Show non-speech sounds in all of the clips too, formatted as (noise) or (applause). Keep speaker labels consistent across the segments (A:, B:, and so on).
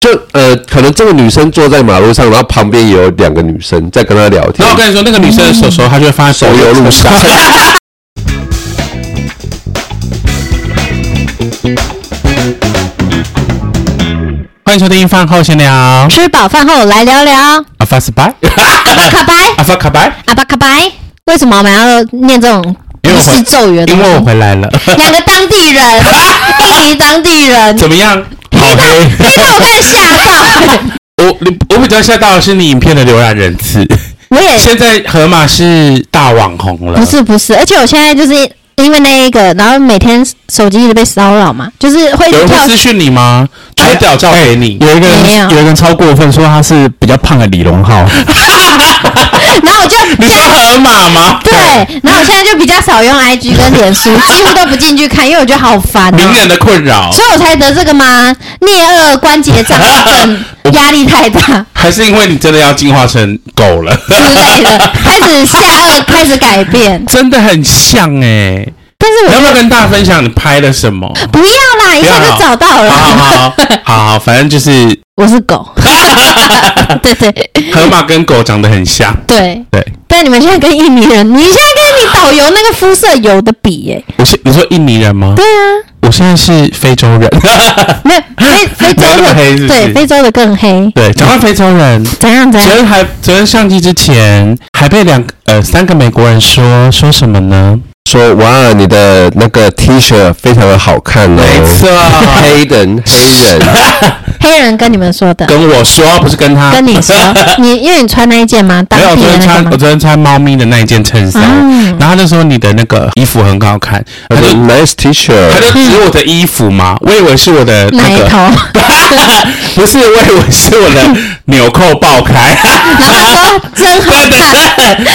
A: 就呃，可能这个女生坐在马路上，然后旁边也有两个女生在跟她聊天
B: 然后我，跟你说，那个女生的手手，她就会放在手
A: 手游路上。
B: 欢迎收听饭后闲聊，阿
C: 吃饱饭后来聊聊阿
B: 发斯拜，
C: 巴卡白，
B: 阿发卡拜，
C: 阿巴卡白。为什么我们要念这种
B: 因为
C: 仪
B: 我
C: 式咒语的东
B: 因
C: 西？
B: 为我回来了，
C: (laughs) 两个当地
B: (laughs)
C: 人，一级当地人，
B: 怎么样？好
C: (laughs)
B: 黑。
C: 听到我刚才吓
B: (laughs)
C: 到。
B: 我我比较吓到的是你影片的浏览人次，
C: 我也
B: 现在河马是大网红了
C: 不，是不是，而且我现在就是因为那一个，然后每天手机一直被骚扰嘛，就是会
B: 有人
C: 跳
B: 会私讯你吗？传屌照给你，
D: 有一个
C: 没有
D: 人，有一个人超过分，说他是比较胖的李荣 (laughs) 浩，
C: (laughs) 然后我就
B: 你说河马吗？
C: 对，然后我现在就比较少用 IG 跟脸书，几乎都不进去看，因为我觉得好烦、
B: 名
C: 哦。
B: 人的困扰，
C: 所以我才得这个吗？颞颌关节障
B: (laughs)
C: 碍症，压力太大。
B: 还是因为你真的要进化成狗了？
C: 之类的，开始下颚开始改变。
B: 真的很像哎、
C: 但是
B: 你要
C: 我
B: 不要跟大家分享你拍了什么？
C: 不要啦，一下就找到
B: 好好
C: 了。
B: 好好好，反正就是
C: 我是狗， (laughs) 对对
B: 河马跟狗长得很像。
C: 对。
B: 对，
C: 但你们现在跟印尼人，你现在跟你导游那个肤色有的比耶、
B: 我是你说印尼人吗？
C: 对啊，
B: 我现在是非洲人。
C: 没有非非洲
B: (laughs) 没那么
C: 的
B: 黑是不是
C: 对非洲的更黑，
B: 对，讲到非洲人，
C: 怎样怎
B: 昨
C: 样？
B: 天还昨天上机之前还被两呃三个美国人说说什么呢？
A: 说哇，你的那个 T 恤非常的好看哦，
B: 没错
A: 黑
B: (laughs)
A: 人黑人，
C: 黑人跟你们说的，
B: 跟我说，不是跟他。
C: 跟你
B: (laughs)
C: 说，你因为你穿那一件吗？当
B: 没有，我
C: 地
B: 昨
C: 的
B: 天
C: 那
B: 穿
C: 个
B: 我
C: 吗？
B: 昨天穿猫咪的那一件衬衫，
C: 嗯
B: 然后他就说你的那个衣服很好看，他
A: 他
B: 就
A: 说 nice T
B: 他
A: shirt，
B: 就指我的衣服嘛，我以为是我的那
C: 奶
B: 个，
C: (laughs) 头，
B: 不是，我以为是我的纽扣爆开，
C: 然后说真好
B: 对
C: 看，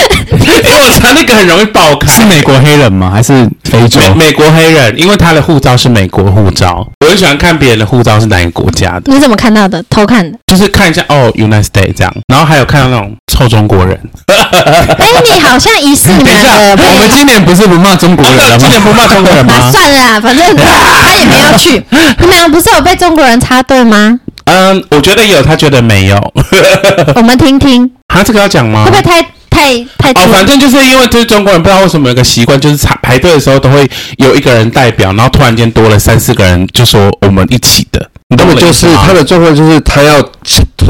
B: 因为我穿那个很容易爆开。
D: 是美国黑人吗？还是非洲？
B: 美美国黑人，因为他的护照是美国护照，我很喜欢看别人的护照是哪个国家的，
C: 你怎么看到的？偷看的？
B: 就是看一下哦，United States 这样，然后还有看到那种臭中国人，
C: 哎，你好像疑似
B: 等一
C: 男
B: 下
C: 的
D: 我
C: 被
D: 们今年不是不骂中国人了
B: 今
D: 吗？
B: 年不骂中国人
C: 啊，
B: 吗？
C: 算了啦，反正他也没有去。你们俩不是有被中国人插队吗？
B: 嗯，我觉得有，他觉得没有。 (laughs)
C: 我们听听，
B: 他这个要讲吗
C: 会不？会太太太
B: 哦，
C: 粗
B: 反正就是因为就是中国人不知道为什么有个习惯，就是排排队的时候都会有一个人代表，然后突然间多了三四个人，就说我们一起的，你
A: 他
B: 懂
A: 们
B: 我的
A: 就
B: 意思
A: 是
B: 吗
A: 他的状况就是他要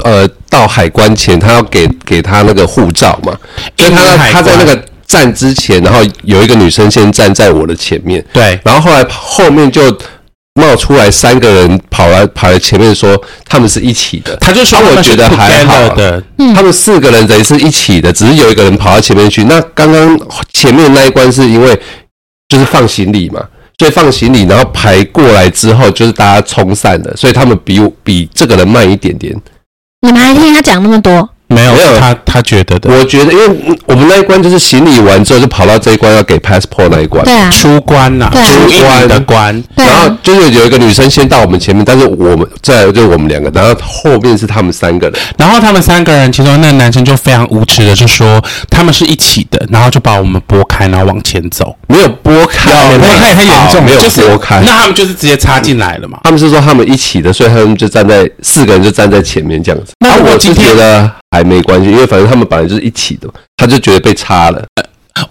A: 呃到海关前，他要给给他那个护照嘛，所以他
B: 印尼海
A: 他在
B: 关
A: 那个站之前，然后有一个女生先站在我的前面，
B: 对，
A: 然后后来后面就冒出来三个人跑来跑来前面说他们是一起的，
B: 他就说
A: 啊
B: 我
A: 我
B: 们是
A: 觉得还好
B: together 的，嗯
A: 他们四个人等于是一起的，只是有一个人跑到前面去。那刚刚前面那一关是因为就是放行李嘛，所以放行李，然后排过来之后就是大家冲散了，所以他们比我比这个人慢一点点。
C: 你们还听他讲那么多？
B: 没有，
A: 没有
B: 他他觉得的。
A: 我觉得，因为我们那一关就是行李完之后就跑到这一关要给 passport 那一关，
C: 对啊，
B: 出关呐、
C: 对啊
B: 出印尼的关，
C: 对
A: 然后
C: 啊，
A: 就是有一个女生先到我们前面，但是我们再来就我们两个，然后后面是他们三个人。
B: 然后他们三个人，其中那个男生就非常无耻的就说他们是一起的，然后就把我们拨开，然后往前走，
A: 没有拨开，
B: 有
A: 没有
B: 拨开
D: 太严重
A: 好没有
B: 就是
A: 拨开。
B: 那他们就是直接插进来了嘛。
A: 他们是说他们一起的，所以他们就站在四个人就站在前面这样子。
B: 那
A: 啊
B: 如果
A: 我
B: 今
A: 是
B: 天
A: 觉得还没关系，因为反正他们本来就是一起的，他就觉得被插了，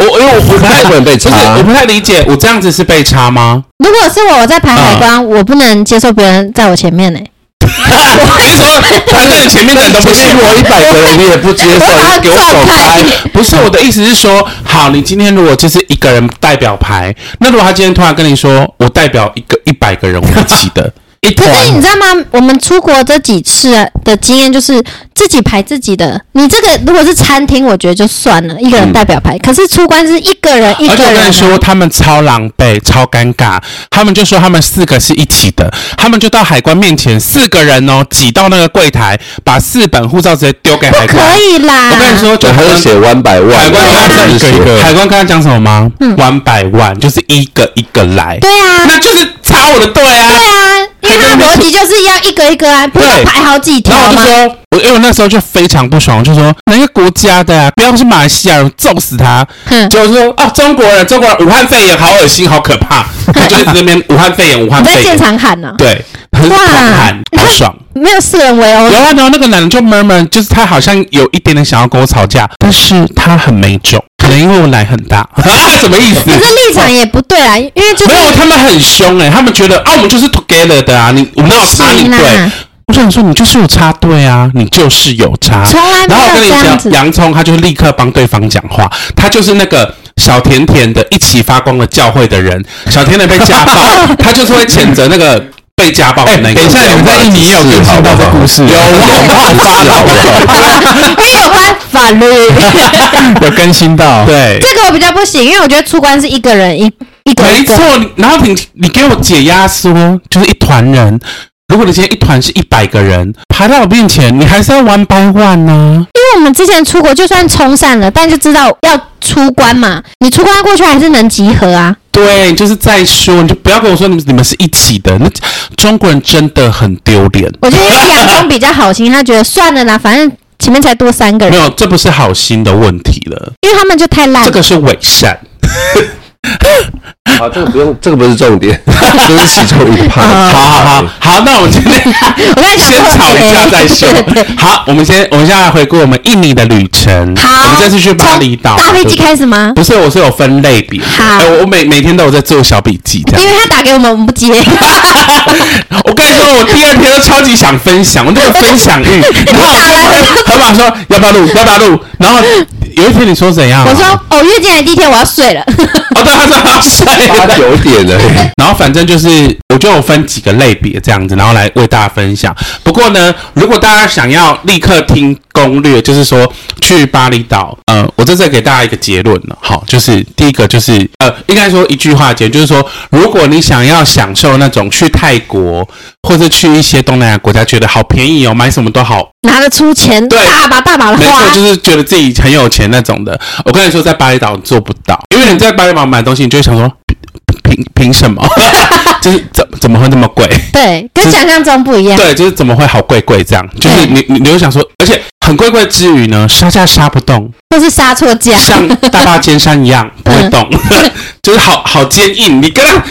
B: 我因为我不太
A: 不能被
B: 不是
C: 啊
A: 插
B: 我。不太理解，我这样子是被插
C: (laughs)
B: 吗？
C: 如果是我，我在排海关，我不能接受别人在我前面呢。
B: 我跟你
C: (laughs)
B: 说，排在你前面的人都不
A: 不
B: 行
A: 是。我一百个哎人你也不接受，
C: 我把他
A: 你给我走开
C: 撞！
B: 不是我的意思是说，好，你今天如果就是一个人代表牌，那如果他今天突然跟你说，我代表一个一百个人我一起的，一
C: (laughs) 可
B: 团
C: 是你知道吗？我们出国这几次啊的经验就是自己排自己的。你这个如果是餐厅，我觉得就算了，一个人代表排。可是出关是一个人一
B: 而且
C: 个
B: 我跟
C: 人
B: 你
C: 啊。
B: 说，他们超狼狈、超尴尬。他们就说他们四个是一起的，他们就到海关面前，四个人哦挤到那个柜台，把四本护照直接丢给海关。
C: 可以啊啦。
B: 我跟你说，就 (laughs)
A: 对，他就写 one by one，
B: 海关
A: 然后
B: 跟他
A: 就
B: 讲
A: 是
B: 一个，
A: 说
B: 海关跟他讲什么吗？嗯，one by one，就是一个一个来，
C: 对啊，
B: 那就是插我的队啊。
C: 对啊，因为他的逻辑就是要一个一个啊，不要
B: 对
C: 排好几条
B: 然后我就
C: 吗？
B: 说，我因为我那时候就非常不爽，我就说哪个国家的、啊，不要是马来西亚人，揍死他！
C: 哼，
B: 结果说哦，中国人，中国人，武汉肺炎好恶心，好可
C: (laughs)
B: 怕，他就一直在那边武汉肺炎，武汉
C: 你在
B: 肺
C: 现
B: 炎，
C: 场喊呢？
B: 对，很
C: 哇
B: 狂喊，好爽。
C: 没有四人围殴哦
B: 然，后呢，那个男人就闷闷，就是他好像有一点点想要跟我吵架，但是他很没种，可能因为我奶很
C: (laughs)
B: 大，啊什么意思？
C: 可是立场也不对啊，因为就是
B: 没有，他们很凶哎、他们觉得啊，我们就是 together 的啊，你我哪有插你
C: 不行
B: 队
C: 啊？
B: 我想说，你就是有插队啊，你就是有插。
C: 从来没
B: 然后我跟
C: 有这
B: 你
C: 样子
B: 讲，。洋葱他就立刻帮对方讲话，他就是那个小甜甜的一起发光的教会的人。小甜甜被家
D: (laughs)
B: 暴，他就是会谴责那个被家暴的那个。
D: 哎等一下，你们在印尼也有更新到这故事，
A: 有办法，好不
D: (laughs)
A: 好？
C: (laughs) 没有办法嘞，
D: (laughs)
B: (laughs)
D: 有更新到，
B: 对，
C: 这个我比较不行，因为我觉得出关是一个人一一个
B: 没
C: 一
B: 错
C: 个，。
B: 你然后你你给我解压缩，就是一团人。如果你今天一团是一百个人爬到我面前，你还是要 one by one 呢、
C: 因为我们之前出国就算冲散了，但就知道要出关嘛，你出关过去还是能集合啊。
B: 对，就是再说，你就不要跟我说你们你们是一起的。那中国人真的很丢脸。
C: 我觉得因为洋葱比较好心，他觉得算了啦，反正前面才多三个
B: 没
C: 人，
B: 有，这不是好心的问题了，
C: 因为他们就太烂
B: 这。个是伪善。
A: 好，这个不用，这个不是重点， (laughs) 这是其中一
B: (laughs)
A: 趴。
B: 啊好好好，好，那我们今天
C: 我刚才想
B: 先
C: 说哎
B: 吵一架再 (laughs) 说
C: 对对。
B: 好，我们先我们现在回顾我们印尼的旅程。
C: 好，
B: 我们这次去巴厘岛嘛，
C: 从大飞
B: 对
C: 机
B: 不对
C: 开始吗？
B: 不是，我是有分类别的。
C: 好
B: 哎我每每天都有在做小笔记这
C: 因
B: 样。
C: 为他打给我们，我们不接。
B: (laughs) 我跟你说，我第二天都超级想分享，我都有分
C: (laughs)
B: 享欲。然后我就跟河马说要不要录，要不要录？然后有一天你说怎样啊？
C: 我说哦，约进来第一天我要睡了。
B: 哦，对，他说他睡
A: 八
B: 了。
A: 九点了，
B: 然后反正就是，我就有分几个类别这样子，然后来为大家分享。不过呢，如果大家想要立刻听攻略，就是说去巴厘岛，呃，我在这给大家一个结论了。好，就是第一个就是，呃，应该说一句话结论，就是说，如果你想要享受那种去泰国或者去一些东南亚国家，觉得好便宜哦，买什么都好
C: (laughs) 拿得出钱，
B: 对
C: 大把大把的
B: 没
C: 花
B: 错，，就是觉得自己很有钱那种的。我跟你说，在巴厘岛做不到，因为你在巴厘岛买东西，你就会想说，凭凭凭什么？ (laughs) 就是怎怎么会那么贵？
C: 对，跟
B: 就是
C: 想象中不一样。
B: 对，就是怎么会好贵贵这样？就是你你你会想说，而且很贵贵之余呢，杀价杀不动，
C: 或是杀错价，
B: 像大坝尖山一样不会动， (laughs) 就是好好坚硬。你跟他。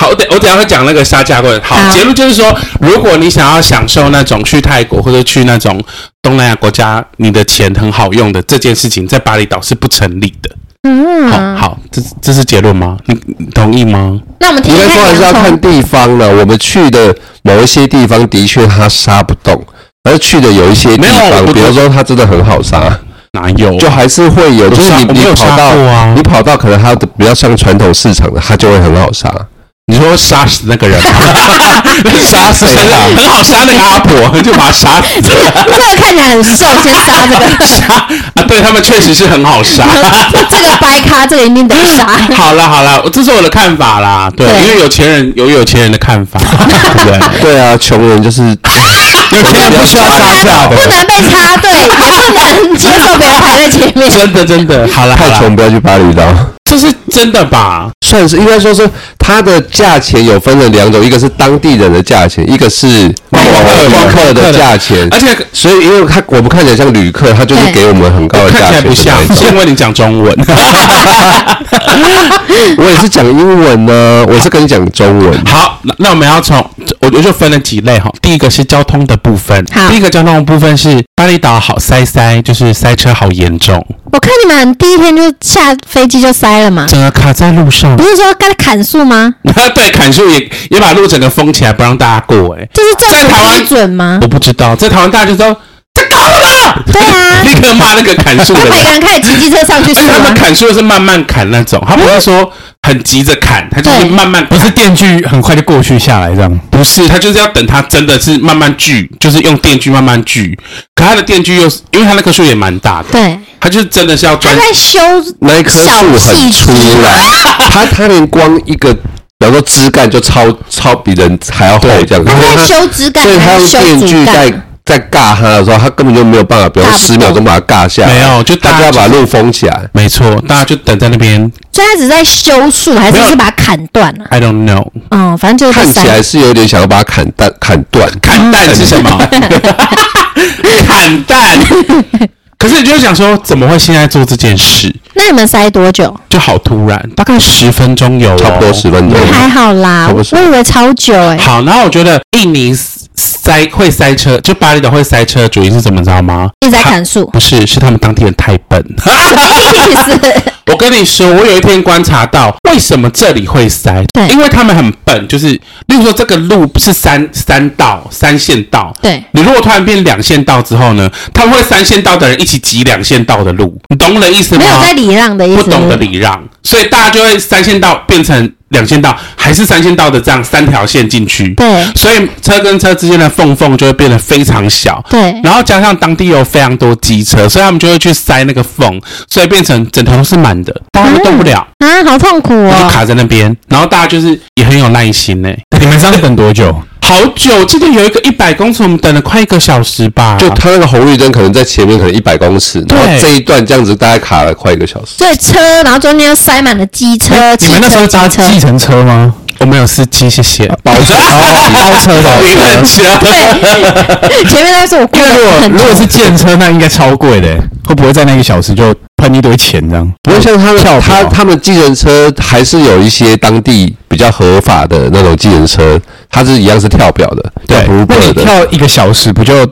B: 好，我等我等一下会讲那个杀价过程。好，
C: 好
B: 结论就是说，如果你想要享受那种去泰国或者去那种东南亚国家，你的钱很好用的这件事情，在巴厘岛是不成立的。
C: 嗯，
B: 好，好，这这是结论吗？你你同意吗？
C: 那我们听
A: 应
C: 一
A: 该说还是要
C: 看洋
A: 看
C: (laughs) 葱，
A: 地方了。我们去的某一些地方的确它杀不动，而去的有一些地
B: 没有
A: 方，
B: 我
A: 比如说它真的很好杀，
B: 哪有？
A: 就还是会有，就是
B: 杀
A: 你
B: 我没
A: 你
B: 有
A: 跑
B: 杀
A: 到
B: 过啊
A: 你跑到可能它的比较像传统市场的，它就会很好杀。
B: 你说杀死那个人吗，
A: 杀谁啊
B: 很好杀那个阿婆，就把她杀死。
C: 这个看起来很瘦，先杀这个，
B: (laughs) 啊，对他们确实是很好杀。
C: 这个白咖，这个一定得
B: (laughs)
C: 杀。
B: 好了好了，这是我的看法啦，对，
C: 对
B: 因为有钱人有有钱人的看法，对不对？
A: 对啊，穷人就是 (laughs) 有
D: 有些人不需要杀价
C: 不
A: 啊
D: 的，
C: 能被插队，也不能接受别人排在前面。
B: (laughs) 真的真的，好了
A: (laughs)
B: 好
A: 太
B: 了，
A: 穷，不要去巴厘岛。
B: 这是真的吧？
A: 算是应该说是它的价钱有分成两种，一个是当地人的价钱，一个是观光客的价钱。
B: 而且
A: 所以，因为看我们看起来像旅客，他就是
C: 对
A: 给我们很高的
B: 看
A: 价
B: 起来
A: 钱的
B: 不像
A: 那一，种
B: 是因为你讲中 (laughs) 文。
A: 我也是讲英文呢、我是跟你讲中文。
B: 好，那那我们要从我我就分了几类哈。第一个是交通的部分，
C: 好
B: 第一个交通的部分是巴厘岛好塞塞，就是塞车好严重， (laughs)
C: 我看你们第一天就下飞机就塞了嘛，
B: 整个卡在路上
C: 不。是说该砍树吗？
B: 对，砍树也也把路整个封起来，不让大家过、欸。
C: 这是政
B: 在
C: 府
B: 台湾
C: 批准吗
B: 我？不知道，在台湾大家就说这搞了，
C: 对啊，
B: (laughs) 立刻骂那个砍树的
C: 他每个
B: 人。
C: 人开始骑机车上去
B: 而
C: 是
B: 且他们
C: 吗？
B: 砍树是慢慢砍那种，他不是说很急着砍，他就是
C: 对
B: 慢慢，
D: 不是电锯很快就过去下来这样，
B: 不是，他就是要等他真的是慢慢锯，就是用电锯慢慢锯。可他的电锯又是，因为他那棵树也蛮大的，
C: 对，
B: 他就是真的是要
C: 他
B: 专
C: 在修
A: 那一棵
C: (laughs) 小啊
A: 树很
C: 细
A: 粗
C: 枝。
A: 啦，它它连光一个，比方说枝干就超超比人还要厚这样子，
C: 他在
A: 它
C: 修枝干
A: 所以它
C: 还是
A: 用
C: 修
A: 电锯
C: 竹
A: 在
C: 干？
A: 在尬他的时候，他根本就没有办法，比如
C: 尬不
A: 十秒钟把他尬下来，
B: 没有就大
A: 他
B: 家
A: 就要把路封起来。
B: 没错，大家就等在那边。
C: 所以他只是在修树，还
B: 没
C: 是
B: 有
C: 是把它砍断了、
B: I don't know，
C: 嗯，反正就是
A: 看
C: 这
A: 起
C: 三
A: 来是有点想要把他砍断，砍断，
B: 砍蛋是什么？砍蛋。 (laughs) 可是你就想说，怎么会现在做这件事？
C: 那你们塞多久？
B: 就好突然，大概十分钟有、
A: 差不多十分钟
C: 那。还好啦，
A: 差不多
C: 我
A: 是
C: 以为超久哎、
B: 好，然后我觉得印尼塞会塞车，就巴厘岛会塞车的主因是怎么知道吗？
C: 一直在砍树，
B: 不是，是他们当地人太笨。
C: (laughs) 意
A: (laughs)
C: 思
B: 我跟你说，我有一天观察到，为什么这里会塞？
C: 对
B: 因为他们很笨，就是例如说这个路是三三道三线道，
C: 对
B: 你如果突然变两线道之后呢，他们会三线道的人一起挤两线道的路，你懂我的意思吗？
C: 没有在礼让的意
B: 不
C: 思，
B: 懂得礼让，
C: 嗯
B: 所以大家就会三线道变成两线道，还是三线道的这样三条线进去。
C: 对
B: 所以车跟车之间的缝缝就会变得非常小。
C: 对
B: 然后加上当地有非常多机车，所以他们就会去塞那个缝，所以变成整条都是满
C: 嗯
B: 的，大家都动不了，
C: 啊，好痛苦
B: 我就
C: 哦。
B: 卡在那边。然后大家就是也很有耐心呢、
D: 你们这样等多久？
B: 好久，记得有一个一百公尺，我们等了快一个小时吧。
C: (laughs)
A: 就他那个红绿灯可能在前面可能一百公尺，然后
B: 对
A: 这一段这样子大概卡了快一个小时。
C: 所以车，然后中间又塞满了机车、汽
D: 你们那时
C: 车、
D: 候搭
C: 机车，
D: (laughs) 计程车吗？
B: 我们有司机，谢谢。
D: (laughs)
A: 包车，
D: 包
C: (laughs)
D: 车包
B: 你
D: 车
B: 很强。
C: 对， (laughs) 前面那是我过
D: 因为如
C: 得
D: 果
C: 很
D: 如果是建车，那应该超贵的，会不会在那个小时就喷一堆钱这样？
A: 不过像他们
D: 跳
A: 他
D: 表
A: 他们计程车还是有一些当地比较合法的那种计程车，它是一样是跳表的，
D: 对
A: 叫，
D: 那
A: Uber
D: 你
A: 的，
D: 跳一个小时不就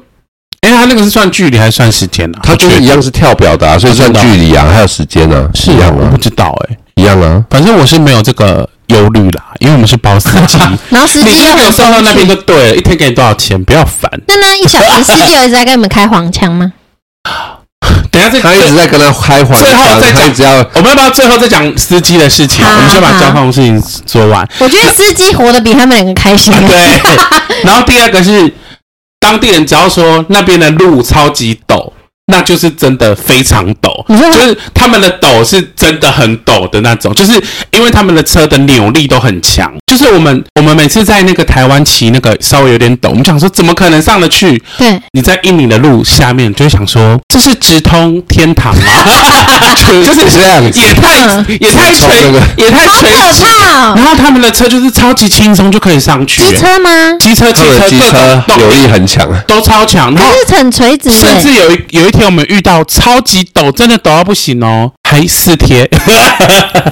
B: 哎、他那个是算距离还是算时间呢、啊？
A: 它就是一样是跳表的啊，所以算
B: 真的哦
A: 距离啊，还有时间啊，
B: 是
A: 一
B: 啊，
A: 样
B: 我
A: 啊
B: 不，知道哎、
A: 一样啊。
B: 反正我是没有这个忧虑啦，因为我们是包司
D: (laughs)
B: 机，
C: 然后司
B: 你
C: 机又
B: 就没有
C: 很
B: 送到那边
C: 生气
B: 就对了，一天给你多少钱，不要烦。
C: 那那一小时司机有一直在跟你们开黄腔吗？
B: 等一下再
A: 他一直在跟他开黄
B: 最后
A: 腔，
B: 再
A: 他
B: 讲
A: 一直要
B: 我们要不要最后再讲司机的事情？
C: 好
B: 我们先把
C: 好
B: 交通的事情说完。啊
C: 我觉得司机活得比他们两个开心。
B: 对，然后第二个是当地人只要说那边的路超级陡，那就是真的非常陡，
C: 你说
B: 就是他们的陡是真的很陡的那种，就是因为他们的车的扭力都很强。就是我们我们每次在那个台湾骑那个稍微有点陡，我们想说怎么可能上得去？
C: 对，
B: 你在印尼的路下面就会想说，这是直通天堂
A: (laughs)
B: 吗？就是
A: 这样子嗯
B: 也太也太
A: 直通
B: 垂
A: 那个
B: 也太
C: 好
B: 垂
C: 可
B: 直。
C: 怕哦！
B: 然后他们的车就是超级轻松就可以上去、欸，
C: 机车吗？
B: 机车、汽
A: 他们的
B: 车、
A: 机
B: 各种
A: 车扭
B: 动
A: 力很强，啊
B: 都超强，然后
C: 可是很垂直
B: 甚
C: 的，
B: 至有一有一天我们遇到超级陡，真的陡到不行哦，还四贴，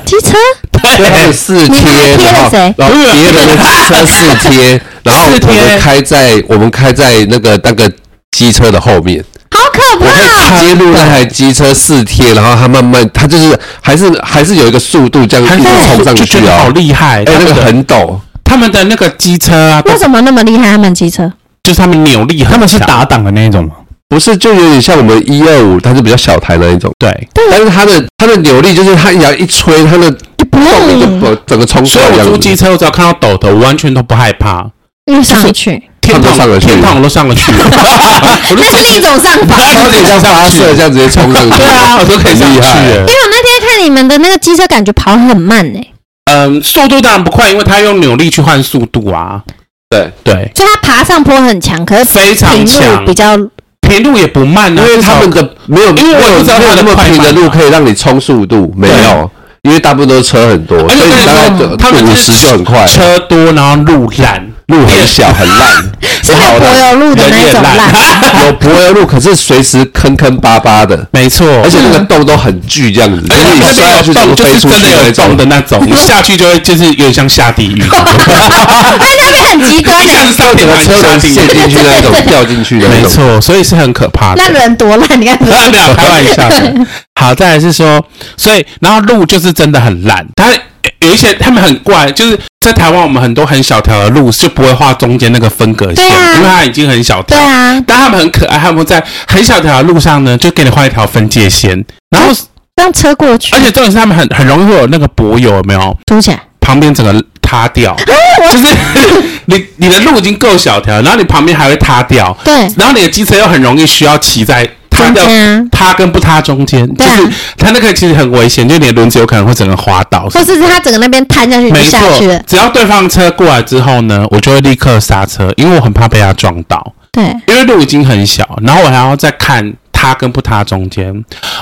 C: 机车
A: 对，他们四
C: 你
A: 贴，
C: 还贴了
A: 然后
C: 谁
A: 然后别人的机车四贴，然后
B: 四
A: 我
B: 贴
A: 们开在我们开在那个那个机车的后面。
C: 好
A: 我
C: 可怕
A: 会
C: 哦！
A: 接入那台机车四贴，然后它慢慢，它就是还是还是有一个速度这样
B: 还
A: 一直冲上
B: 就
A: 去
B: 觉得好
A: 哦。
B: 厉害，
A: 哎、那
B: 他
A: 个
B: 们的
A: 很陡，
B: 他们的那个机车啊，都
C: 为什么那么厉害？他们机车
B: 就是他们扭力很强，
D: 他们 (laughs) 是打档的那一种吗？
A: 不是就有点像我们一二五，它是比较小台那一种，
B: 对，
A: 但是它的它的扭力就是它只要一吹，它的动力就整个冲出
B: 嗯所以
A: 来一
B: 我
A: 样
B: 租机
A: 子。
B: 车，我只要看到陡的，我完全都不害怕，
C: 又上去，
B: 天
A: 他们上
B: 堂
A: 得去
B: 天堂我都上
A: (laughs)
B: 得去，我就
C: 那是另一种上法。
A: 它有点像发射这样直接冲上去，
B: 对
A: (laughs)
B: 啊， (laughs) 我都可以上
A: 很厉
B: 去
A: 害。
B: 了
C: 因。为我那天看你们的那个机车，感觉跑很慢欸呢、
B: 嗯，速度当然不快，因为他用扭力去换速度啊。
A: 对
B: 对，
C: 所以它爬上坡很强，可是
B: 非常
C: 平
B: 强
C: 路比较
B: 平路也不慢啊，
A: 因为他们的没有，
B: 因为我也不知道
A: 没有
B: 它
A: 那
B: 的
A: 么
B: 快慢
A: 平的路
B: 嘛
A: 可以让你冲速度，没有，因为大部分都是车很多，
B: 而且
A: 所以
B: 我跟
A: 你大概
B: 你说，他们
A: 五
B: 就是
A: 十就很快了，
B: 车多，然后路烂，
A: 路很小很烂，
C: 是没有柏油路的那
B: 人也
C: 一种
B: (laughs)
C: 烂。
B: 烂
A: 有柏油路，可是随时坑坑巴巴的，
B: 没错，
A: 而且那个洞都很巨，这样子，就
B: 而且
A: 是你
B: 那
A: 摔下去
B: 边
A: 就
B: 有洞，
A: 会
B: 就
A: 飞
B: 是
A: 出
B: 真
A: 去
B: 的有洞
A: 种。
B: 的那
A: (laughs)
B: 种，你下去就会就是有点像下地狱，
C: 哎，那边很极端欸
B: 一
C: 的、
B: 下
A: 整
B: 子 (laughs) 上天
A: 个
B: 堂
A: 啊车
B: 下
A: 轮
B: 地
A: 陷
B: 狱，
A: 进去那种，掉进去的那
B: 没
A: 种。
B: 错，所以是很可怕的
C: 那。人多烂，你
B: (laughs)
C: 看不
B: 没有开玩笑
C: (laughs)
B: 的。好，再来是说，所以然后路就是真的很烂，它有一些他们很怪，就是在台湾我们很多很小条的路就不会画中间那个分隔线，
C: 对啊
B: 因为它已经很小条。
C: 对啊，
B: 但他们很可爱，他们会在很小条的路上呢，就给你画一条分界线，然后
C: 让车过去，
B: 而且重点是他们很很容易会有那个柏油，有没有？
C: 凸起来。
B: 旁边整个塌
C: (laughs) 啊
B: 掉，就是 (laughs) 你你的路已经够小条，然后你旁边还会塌掉，
C: 对
B: 然后你的机车又很容易需要骑在塌掉
C: 中间啊
B: 塌跟不塌中间，就
C: 对啊
B: 是它那个其实很危险，就你的轮子有可能会整个滑倒。
C: 或是是他整个那边瘫下去就
B: 没错
C: 下去了，，
B: 只要对方车过来之后呢，我就会立刻刹车，因为我很怕被他撞到。
C: 对，
B: 因为路已经很小，然后我还要再看他跟不他中间，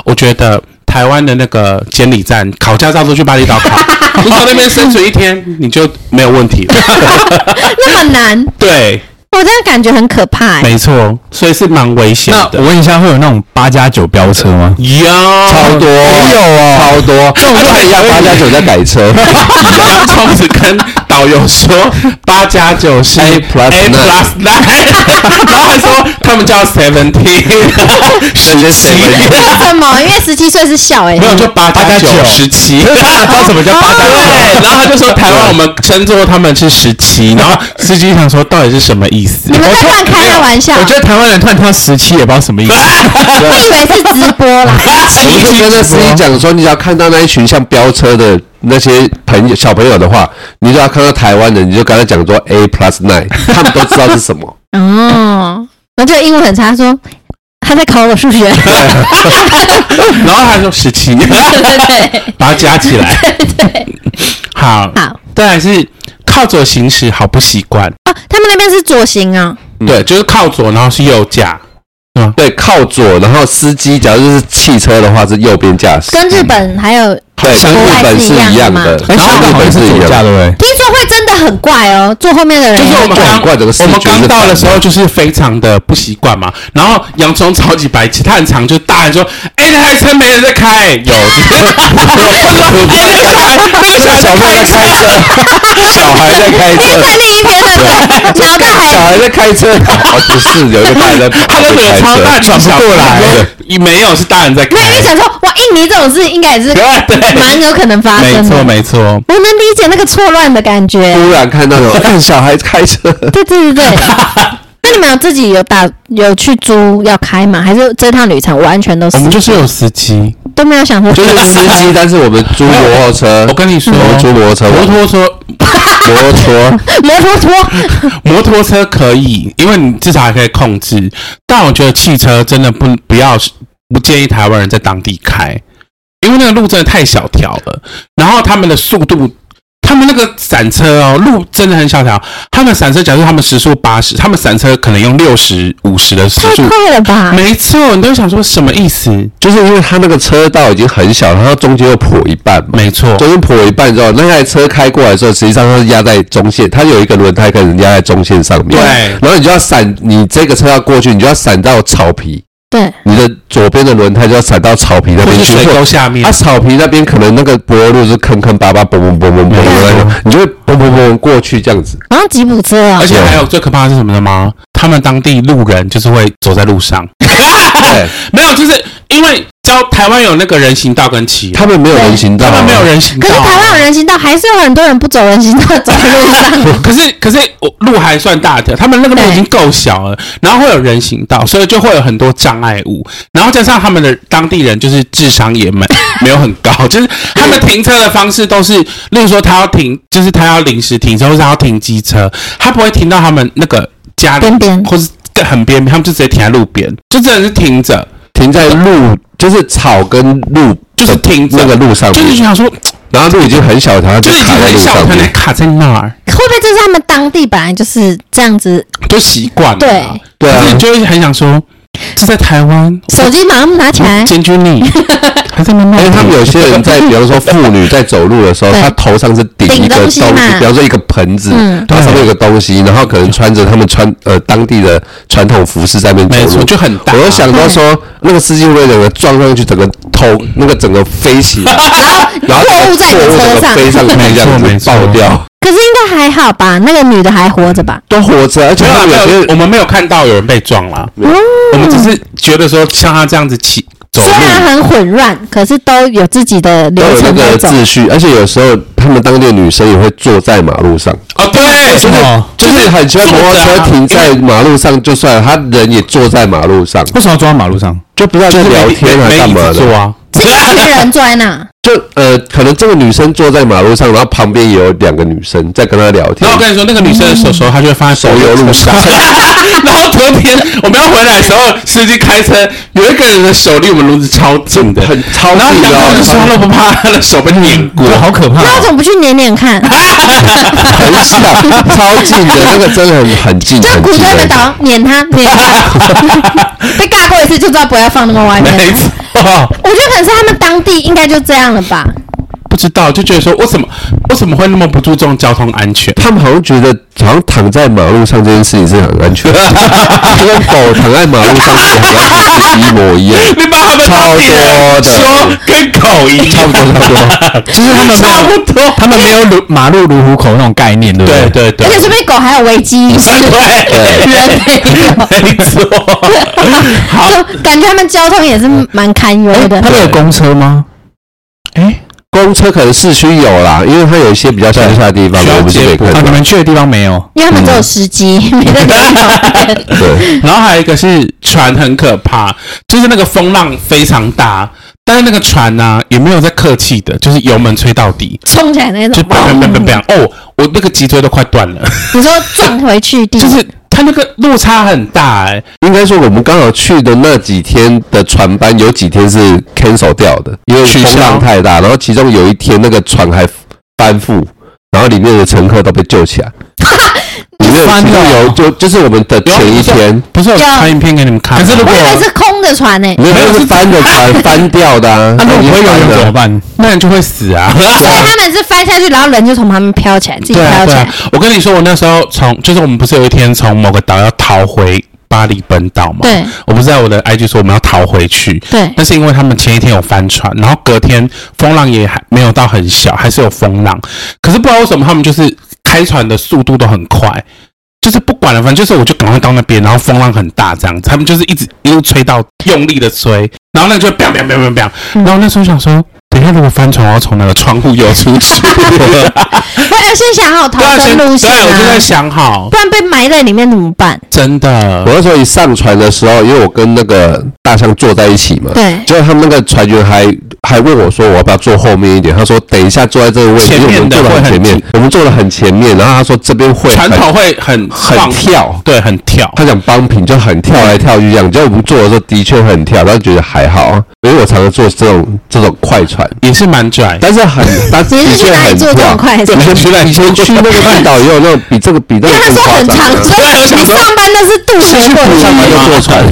B: 我觉得台湾的那个监理站考驾照都去巴厘岛考， (laughs) 你从那边生存一天你就没有问题了。
C: 那么难，
B: (laughs) 对，
C: 我真的感觉很可怕、欸。
D: 没错。
B: 所以是蛮危险
D: 那我
B: 的。
D: 问一下，会有那种八加九飙车吗？
B: 有
A: 超多，
D: 没有哦
A: 超多，这种就很像八加九在改车，
B: 你 (laughs) 要从此跟导游说八加九是
A: A plus
B: A
A: nine
B: 哎 plus nine，然后 (laughs) 还说他们叫 seventeen， (laughs)
A: 人家谁会
C: 为什么？因为十七岁是小哎、
B: 没有就八加九
D: 8+9
B: 十七。
D: 道什么叫八加
B: 对，然后他就说台湾我们称作他们是十七，然后司机想说到底是什么意思
C: 你？们在乱开的玩笑，
D: 我觉得台湾人突然跳十七也不知道什么意思。
C: 我以为是直播啦。
A: 我
B: (laughs)
A: 就跟那司机讲说，你只要看到那一群像飙车的那些朋友小朋友的话，你就要看到台湾人，你就跟他讲说 A plus nine，他们都知道是什么。
C: 哦，然后这个英文很差，他说他在考我数学。
B: 然后他说十七，
C: 对对对，
B: 把它加起
C: (laughs)
B: 来。好，
C: 好
B: 再来是靠左行驶好不习惯，
C: 哦，他们那边是左行啊、
B: 对，就是靠左，然后是右驾。
A: 对，靠左，然后司机假如是汽车的话是右边驾驶，
C: 跟日本还有
A: 对，跟
C: 国
A: 日
C: 外
A: 本
C: 是
A: 是
C: 一
A: 一
C: 样
A: 样
C: 的
A: 的
C: 吗？，
D: 哎，
A: 然后
D: 香港
A: 日
D: 好像
A: 本
D: 是
A: 是一
D: 左驾，
A: 样
D: 对
A: 的。
D: 不对？
C: 听说会真的很怪哦，坐后面的人
B: 就是我们
A: 很
B: 刚
A: 怪这个视
B: 我
A: 觉
B: 们刚
A: 是
B: 到
A: 反
B: 的
A: 的
B: 时候，就是非常的不习惯嘛。然后洋葱超级白痴，他很常就大喊说：“哎、那台车没人在开、有，
A: 那个 (laughs) 小朋友在开车，小孩在开
C: 一
A: 车
C: 边。看另一边的脑袋
A: 小
C: 还
A: 孩在开车，哦，不是，有一个大人在 (laughs)
B: 他
A: 旁
B: 都
A: 边
B: 惹
A: 开
B: 超大，
A: 车，
B: 转不过来。你没有，是大人在开
C: 没。有，你想说哇，印尼这种事应该也是
B: 对
C: 蛮有可能发
B: 没
C: 生
B: 错，
C: 的。
B: 没错。
C: 我能理解那个错乱的感觉，
A: 突然看到有看小孩开车，
C: 对对对
B: (laughs)
C: 对。那你们有自己有打有去租要开吗？还是这趟旅程完全都是
B: 我们就是有司机。
C: 都没有想说
A: 就是司机，但是我们租摩托车
B: 我，跟你说，
A: 我们租摩托车，
B: 摩托车，
A: 摩托 (laughs) 车，
C: 摩托车？
B: 摩托车可以，因为你至少还可以控制。但我觉得汽车真的不不要，不建议台湾人在当地开，因为那个路真的太小条了。然后他们的速度，他们那个闪车哦，路真的很小条。他们闪车，假如他们时速八十，他们闪车可能用六十五十的时
C: 太
B: 速。
C: 快了
A: 啊
C: 吧！
B: 没错，你都会想说什么意思？
A: 就是因为它那个车道已经很小，然后中间又破一半嘛，
B: 没错，
A: 中间破一半之后，那台车开过来之后，实际上它是压在中线，它有一个轮胎可能压在中线上面，
B: 对
A: 然后你就要闪，你这个车要过去，你就要闪到草皮，
C: 对，
A: 你的左边的轮胎就要闪到草皮那
B: 或
A: 边
B: 是
A: 去，
B: 水沟下面
A: 啊，。草皮那边可能那个柏油路是坑坑巴巴、嘣嘣嘣嘣嘣的那种，你就会嘣嘣嘣过去这样子。
C: 好像吉普车啊
B: 而，且还有最可怕的是什么吗？他们当地路人就是会走在路上，
A: 对，
B: (laughs) 没有，就是因为交台湾有那个人行道跟骑，
A: 他们没有人行道，哦
B: 他们没有人行道
C: 可
B: 啊，
C: 是台湾有人行道，还是有很多人不走人行道，走在路
B: (laughs)
C: 上。
B: 可是可是我路还算大条，他们那个路已经够小了，然后会有人行道，所以就会有很多障碍物，然后加上他们的当地人就是智商也没 (laughs) 没有很高，就是他们停车的方式都是，例如说他要停，就是他要临时停车，或是他要停机车，他不会停到他们那个家里
C: 边边
B: 或是很边边，他们就直接停在路边，就真的是停着，
A: 停在路，就是草跟路，
B: 就是停着
A: 那个路上
B: 就是就
A: 面，
B: 想说，
A: 然后路已经很小条，它
B: 就
A: 就是卡在
B: 已经很
A: 路
B: 小，
A: 上
B: 可能
A: 面。
B: 卡在那儿，
C: 会不会这是他们当地本来就是这样子？
B: 都习惯了，
C: 对
A: 对
B: 可是
A: 啊
B: 你，就会很想说，这在台湾，
C: 手机马上拿起来，
B: 监军你哎 (laughs) 还在那
A: 因为哎他
B: 啊
A: 们有些人在，比方说妇女在走路的时候，
C: 对
A: 她头上是顶
C: 顶
A: 一个
C: 东
A: 东
C: 西
A: 西，
C: 嘛
A: 比方说一个盆子
C: 嗯，
A: 它上面有个东西，然后可能穿着他们穿呃当地的传统服饰在那边
B: 没
A: 走
B: 错，
A: 路，
B: 就很大。
A: 我就想到说，那个司机会不会整个撞上去，整个头那个整个飞起
C: (laughs)
A: 来，然后
C: 错误在你
A: 货物整
C: 车
A: 个
C: 上
A: 飞上去
B: 没
A: 这
B: 错没
A: 样子
B: 错
A: 爆掉，
C: 可是应该还好吧？那个女的还活着吧？
A: 都活着，而且
B: 没
A: 他
B: 有啊，
A: 们
B: 没
A: 有
B: 有，我
A: 些
B: 们没有看到有人被撞啦。我们只是觉得说，像他这样子骑走
C: 虽然
B: 路，
C: 很混乱，可是都有自己的
A: 都有
C: 流
A: 那
C: 程在
A: 个
C: 走。
A: 秩序，而且有时候他们当地的女生也会坐在马路上，
B: 哦，对，
A: 就是
D: 么
A: 就是很喜欢摩托车停在马路上就算了，他人也坐在马路上，
D: 为什么要坐到马路上？
A: 就不知道在聊天还啊
B: 没
A: 干嘛
B: 没椅子坐
A: 的。
B: 啊？
C: 是一群人坐在那，
A: 就呃，可能这个女生坐在马路上，然后旁边也有两个女生在跟她聊天
B: 然后我，跟你说，那个女生的手手，她就会放在手
A: 手游路上
B: (laughs) 然后昨天我们要回来的时候，司机开车，有一个人的手离我们炉子超近的，
A: 很超
B: 然后
A: 近
B: 想
A: 的嗯
B: 到就
A: 哦，
B: 说了不怕他的手被碾过
D: 我，好可怕
C: 那
D: 哦。
C: 我怎么不去撵撵看？
A: 很小，超近的，那个真的很很近，
C: 就
A: 很
C: 骨
A: 近
C: 推
A: 的
C: 门
A: 那
C: 倒，撵他，撿他。 (laughs) 被尬过一次就知道不要放那么外面。
B: 没
C: 我
B: 错。
C: 觉得可能是他们当地应该就这样了吧。
B: 不知道，就觉得说为什么为什么会那么不注重交通安全？
A: 他们好像觉得，好像躺在马路上这件事情是很 (laughs) 安全的，就跟狗躺在马路上是很安全是一模 (laughs) 一样，
B: 你把他们当地人
A: 超多
B: 说
A: 的
B: 跟狗一
A: 差
B: 样，
A: 不多差不 (laughs) 多。
D: 就是他们没
B: 差
D: 有，
B: 不多。
D: 他们没有如马路如虎口那种概念，对不
B: 对
D: 对？
B: 对啊
C: 而
B: 对，
C: 且说不定狗还有危机意识，
B: 对
C: 人没有。
B: 没错。好，
C: 就感觉他们交通也是蛮堪忧的
D: 他。们有公车吗？哎，
A: 公车可能市区有啦，因为它有一些比较乡下的地方，
B: 需要
A: 我们是没
B: 接驳
A: 看
D: 啊，
A: 到
D: 你。们去的地方没有？
C: 因为他们只有司机，没在里面。
A: 对，
B: 然后还有一个是船很可怕，就是那个风浪非常大，但是那个船呢、也没有在客气的，就是油门吹到底，
C: 冲起来那
B: 就
C: 种，
B: 砰砰砰砰砰，哦，我那个脊椎都快断了，
C: 你说撞回去地，
B: 就是它那个落差很大哎、
A: 应该说我们刚好去的那几天的船班有几天是 cancel 掉的，因为
B: 取消
A: 风浪太大，然后其中有一天那个船还翻覆，然后里面的乘客都被救起来。里面
D: 翻
A: 有
D: 了
A: 有就就是我们的前一天，
B: 不是有传影片给你们看吗，
D: 可是如
C: 我
D: 果
C: 以为是空的船呢。
A: 没有
B: 没有
A: 是
B: 是
A: 翻的船翻掉的啊，
D: 那如果不会游泳怎么办？
B: 那人就会死啊。
C: 所以他们是翻下去，然后人就从旁边飘起来，自己
B: 对啊，
C: 飘起
B: 对
C: 来
B: 啊。，我跟你说，我那时候从就是我们不是有一天从某个岛要逃回巴黎本岛嘛？
C: 对，
B: 我不是在我的 IG 说我们要逃回去。
C: 对
B: 那是因为他们前一天有翻船，然后隔天风浪也还没有到很小，还是有风浪。可是不知道为什么他们就是开船的速度都很快，就是不管了，反正就是我就赶快到那边，然后风浪很大这样子，他们就是一直一路吹到用力的吹，然后那个就 biang biang biang biang biang，然
C: 嗯
B: 后那时候想说，等一下如果翻船，我要从那个窗户游出
C: (laughs)
B: 去。
C: 我要哎先想好逃
B: 对啊，
C: 生
B: 先
C: 路线
B: 对，我就在
C: 啊，
B: 想好
C: 不，然被埋在里面怎么办？
B: 真的
A: 我，那时候一上船的时候，因为我跟那个大象坐在一起嘛，
C: 对，
A: 结果他们那个船员还还问我说，我要不要坐后面一点？他说等一下坐在这个位置，
B: 前
A: 因为我
B: 面
A: 们
B: 的
A: 坐的
B: 会
A: 很
B: 很
A: 前面
B: 紧，
A: 我们坐的很前面，然后他说这边会
B: 船
A: 很
B: 头会很
A: 很，
B: 晃
A: 跳，
B: 对，很跳。
A: 他讲帮平就很跳来跳去这样，结果我们坐的时候的确很跳，但觉得还好啊，因为我常常坐这种这种快船，
B: 也是蛮拽，
A: 但是
B: (laughs)
A: 很但是
C: 你
A: 的
C: 是去
A: 确
C: 哪里
A: 很
C: 做这种
A: 跳。
C: 快船？
A: 以前以前去那个半岛也有那种比这个比那
C: 因
A: 个
C: 为他
A: 更
C: 说
A: 夸
C: 很
A: 张
C: 长，
A: 的。
C: 所
B: 对我啊
C: 以
B: 想
C: 你
B: 说
C: 上班都是渡
B: 啊 (laughs)
C: 轮过
A: 我上班
C: 去
A: 就
C: 的，
A: 坐船，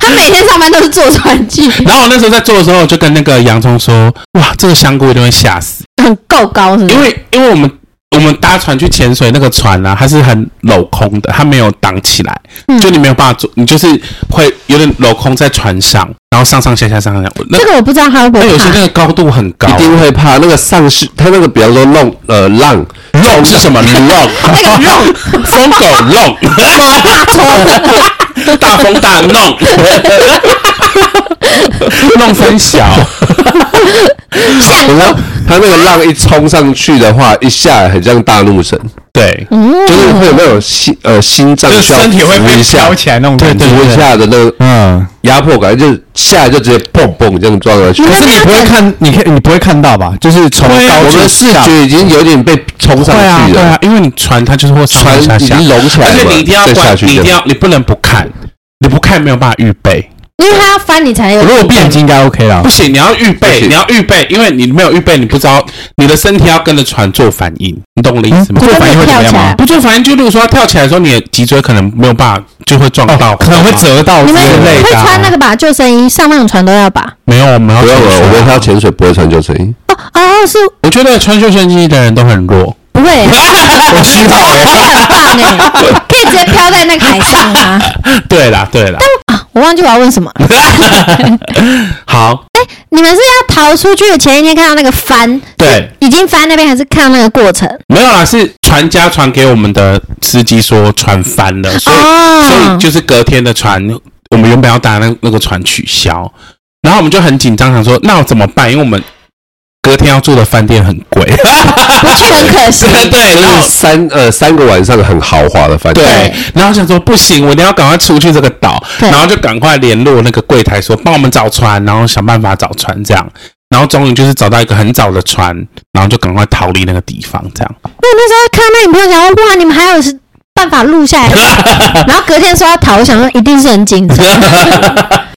C: 他每天上班都是坐船去，
B: 然后我那时候在做的时候，我就跟那个洋葱说：“哇，这个香菇一定会吓死，
C: 很够高是
A: 嗯
C: 不
B: 因
C: 是？
B: 为因为我们我们搭船去潜水，那个船啊，它是很镂空的，它没有挡起来，
C: 嗯
B: 就你没有办法做，你就是会有点镂空在船上，然后上上下下上上下。那
C: 这个我不知道他会不
B: 那
C: 会
B: 有些
C: 怕
B: 那。个高度很高
A: 一，定会怕那个上是，他那个比方说弄呃
B: (laughs)
A: 浪，
B: 浪是什么？浪，
C: 那个肉，
B: 疯狗浪，大风大弄，弄分小，
A: (laughs) 你知道他那个浪一冲上去的话，一下来很像大怒神，
B: 对，
A: 就是会有那种心呃心脏
D: 就
A: 需要
D: 身体会
A: 扶
D: 被
A: 一下
D: 飘，起来那种感觉。
A: 扶一下的那个
D: 嗯，
A: 压迫感，就是下来就直接砰砰这样撞上去。
D: 可是你不会看，你看你不会看到吧？就是从
B: 啊对啊
A: 我
D: 高处
A: 们的视
D: 下
A: 觉已经有点被冲上
B: 对啊，
A: 去
B: 对
A: 了，
B: 啊，因为你船它就是会上
A: 船
B: 上下
A: 已
B: 下，
A: 经隆起来
B: 而
A: 了，
B: 且你一定要
A: 再下
B: 关，
A: 去
B: 你一定
A: 就
B: 要，你不能不看，你不看没有办法预备，
C: 因为他要翻你才有。
D: 如果闭眼睛应该 OK 啦
B: 不。行，你要预
A: 不
B: 备，
A: 行
B: 你要预备，因为你没有预备，你不知道你的身体要跟着船做反应，你懂我的意思吗？
D: 做反应会怎么样吗？
B: 不做反应，就例如说它跳起来的时候，你的脊椎可能没有办法，就会撞到，
D: 可能会折到
C: 你
D: 之
C: 们
D: 类
C: 会
D: 的啊。
C: 穿那个吧？救生衣上那种船都要吧？
B: 没有，我们要
A: 不用了，我们要潜水不会穿救生衣，
C: 哦哦，是
B: 我觉得穿救生衣的人都很弱，
C: 不会，
D: (laughs) 我知道
C: 这
D: 欸，
C: 很棒哎，可以直接飘在那个海上
D: (laughs)
C: 啊！
B: 对啦，对啦，
C: 啊，我忘记我要问什么。
B: 好，
C: 你们是要逃出去的前一天看到那个帆，
B: 对，
C: 已经翻那边，还是看到那个过程？
B: 没有啦，是船家传给我们的司机说船翻了，所以、所以
C: 哦，
B: 就是隔天的船，我们原本要搭那那个船取消，然后我们就很紧张，想说那我怎么办？因为我们隔天要住的饭店很贵，
C: 不去很可
D: (laughs)
C: 惜。
B: 对对，
A: 就
B: 然
A: 是
B: 后。
A: 三呃三个晚上很豪华的饭
B: 对
A: 店，，
B: 然后想说不行，我一定要赶快出去这个岛，
C: 对
B: 然后就赶快联络那个柜台说帮我们找船，然后想办法找船这样。然后终于就是找到一个很早的船，然后就赶快逃离那个地方，这样。
C: 因为我那时候看到那影片，想说哇，你们还有是办法录下来，
D: (laughs)
C: 然后隔天说要逃，我想说一定是很紧张，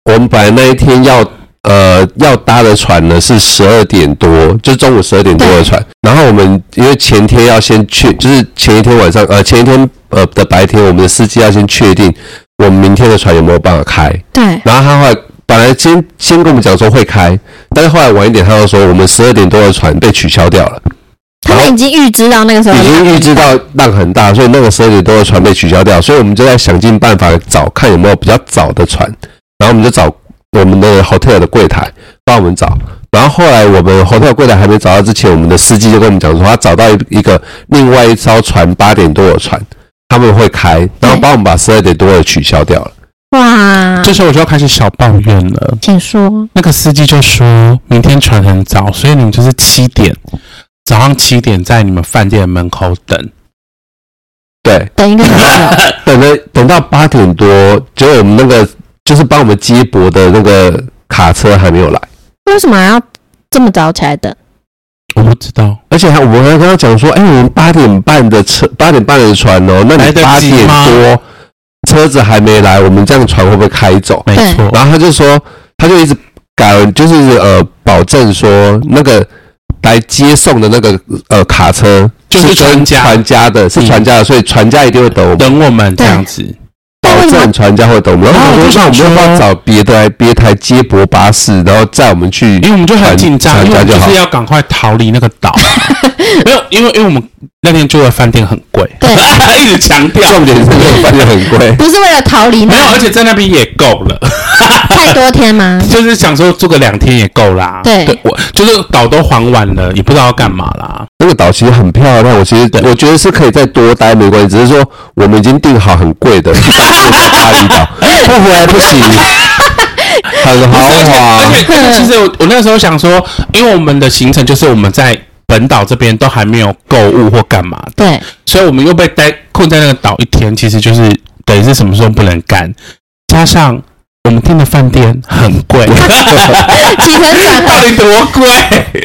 A: 我们本来那一天要呃要搭的船呢是十二点多，就中午十二点多的船。然后我们因为前天要先确，就是前一天晚上呃前一天呃的白天，我们的司机要先确定我们明天的船有没有办法开。
C: 对，
A: 然后他后来本来先先跟我们讲说会开，但是后来晚一点他又说我们十二点多的船被取消掉了。
C: 他们已经预知到那个时候
A: 已经预知到浪很大，所以那个十二点多的船被取消掉，所以我们就在想尽办法找看有没有比较早的船，然后我们就找我们的 hotel 的柜台帮我们找，然后后来我们 hotel 柜台还没找到之前，我们的司机就跟我们讲说他找到一一个另外一艘船八点多的船，他们会开，然后帮我们把十二点多的取消掉了。
C: 哇，
B: 这时候我就要开始小抱怨了。
C: 请说，
B: 那个司机就说明天船很早，所以你们就是七点，早上七点在你们饭店门口等。
A: 对，
C: 等一个小时，
A: 等了等到八点多，结果我们那个就是帮我们接驳的那个卡车还没有来。
C: 为什么还要这么早起来等？
B: 我不知道，
A: 而且还我还跟他讲说，哎、我们八点半的车，八点半的船哦，那
B: 来
A: 你
B: 得
A: 八
B: 及
A: 点
B: 吗
A: 多车子还没来，我们这样船会不会开走？
B: 没
C: 对
B: 错，
A: 然后他就说，他就一直改，就是呃，保证说那个来接送的那个呃卡车
B: 就是
A: 跟
B: 船家
A: 船家的，是
B: 嗯
A: 船家的，所以船家一定会等我们，
B: 等我们这样子。
C: 但
A: 保
C: 为什
A: 证
C: 么
A: 船家会等我们。然后
B: 然后
A: 我
B: 我就
A: 说，那我们
B: 想
A: 要不要
B: 说
A: 找别的来别台接驳巴士，然后载我们去
B: 因为我们就很紧张，
A: 船
B: 因为我
A: 船
B: 们
A: 家就
B: 就
A: 好
B: 是要赶快逃离那个
C: (laughs)
B: 岛。没有，因为因为我们那天住的饭店很贵，
C: 对，
B: (laughs) 一直强调。
A: 重点是那个饭店很贵。
C: 不是为了逃离
B: 没有，而
C: 那
B: 且在那边也够了， (laughs)
C: 太多天吗？
B: 就是想说住个两天也够啦。
C: 对
B: 我就是岛都还完了，也不知道要干嘛啦。
A: 那个岛其实很漂亮，我其实我觉得是可以再多待没关系，只是说我们已经订好很贵的巴厘
C: (laughs)
A: 岛，不回来不行，很豪
B: 而且而
A: 华
B: 且，而且其实我我那时候想说，因为我们的行程就是我们在本岛这边都还没有购物或干嘛的，
C: 对，
B: 所以我们又被待困在那个岛一天，其实就是等于是什么时候不能干，加上我们订的饭店很贵，
C: 起程转
B: 到
C: 合
B: 底多贵？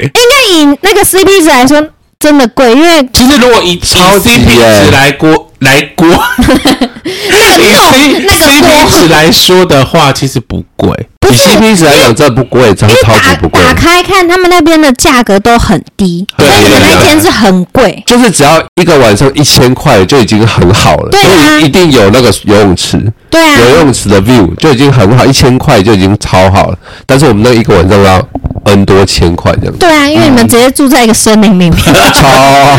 C: 应该以那个 CP 值来说，真的贵，因为
B: (laughs) 其实如果以以
A: 超级
B: CP
A: 耶
B: 值来锅来锅，
C: (laughs) 那个
B: 以
C: 肉
B: C
C: 那个
B: CP 值
C: 锅
B: 来说的话，其实不贵。
A: 以 CP 值来讲，这不贵，真的超级
C: 打
A: 不贵，
C: 哎打开看，他们那边的价格都很低，所
A: 对
C: 以
A: 啊
C: 你们那间是很贵。
A: 就是只要一个晚上一千块就已经很好了，
C: 对啊
A: 所以一定有那个游泳池，
C: 对
A: 游
C: 啊，
A: 泳池的 view 就已经很好，一千块就已经超好了，但是我们那一个晚上要 N 多千块这样，
C: 对啊，因为你们直接住在一个森林里面，
A: 超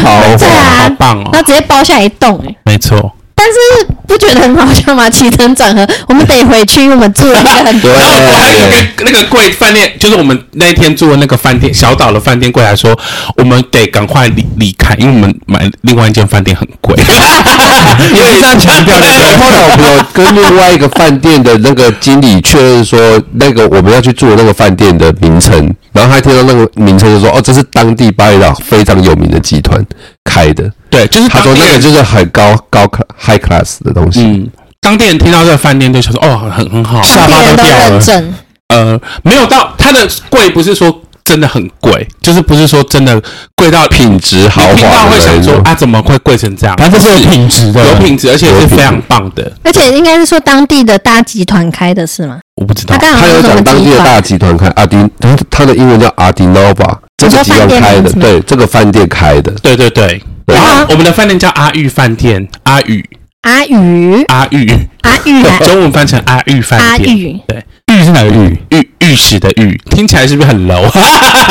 A: 豪
C: 对
A: 华。
C: 啊
B: 好棒哦
C: 然后直接包下一栋、欸，
B: 没错，
C: 但是不觉得很好笑吗？起承转合，我们得回去，因为我们住了一个很
A: 对
B: 然后我还有一个那个贵饭店，就是我们那一天住的那个饭店，小岛的饭店柜台说，我们得赶快离离开，因为我们买另外一间饭店很 (laughs) 贵。
A: 因为这样强调，
C: (laughs)
A: 对后来我们有跟另外一个饭店的那个经理确认说，那个我们要去住的那个饭店的名称，然后他听到那个名称就说，哦，这是当地巴厘岛非常有名的集团开
C: 嗯
A: 的，
B: 对，就是
A: 他说
B: 当地
A: 那个
B: 人
A: 就是很高高 high class 的东西，
B: 嗯，当地人听到这个饭店就想说，哦，很很好，
C: 当地人都认证，
B: 呃，没有到它的贵，不是说真的很贵，就是不是说真的贵到
A: 品质豪
B: 你听到
A: 华
B: 会
A: 的那
B: 想说
A: 种。
B: 啊，怎么会贵成这样？
D: 反正是有品质的，
B: 有品质，而且是非常棒的。
C: 而且应该是说当地的大集团开的是吗？
B: 我不知道
C: 他，刚好
A: 哦他有
C: 什么
A: 讲当地
C: 集
A: 的
C: 团？
A: 大集团开阿迪，他他的英文叫阿迪 nova，这个集团开
C: 你说饭店名
A: 的，
C: 字吗
A: 对，这个饭店开的，
B: 对对对。
A: 对
B: 然后
C: 啊
B: 我们的饭店叫阿玉饭店，阿玉
C: 阿宇，
B: 阿玉，
C: 阿宇
A: (laughs)
C: 啊，
B: 中文翻成阿玉
C: 阿
B: 饭店，
C: 宇，
D: 玉是哪个玉？
B: 玉玉石的玉，听起来是不是很 low？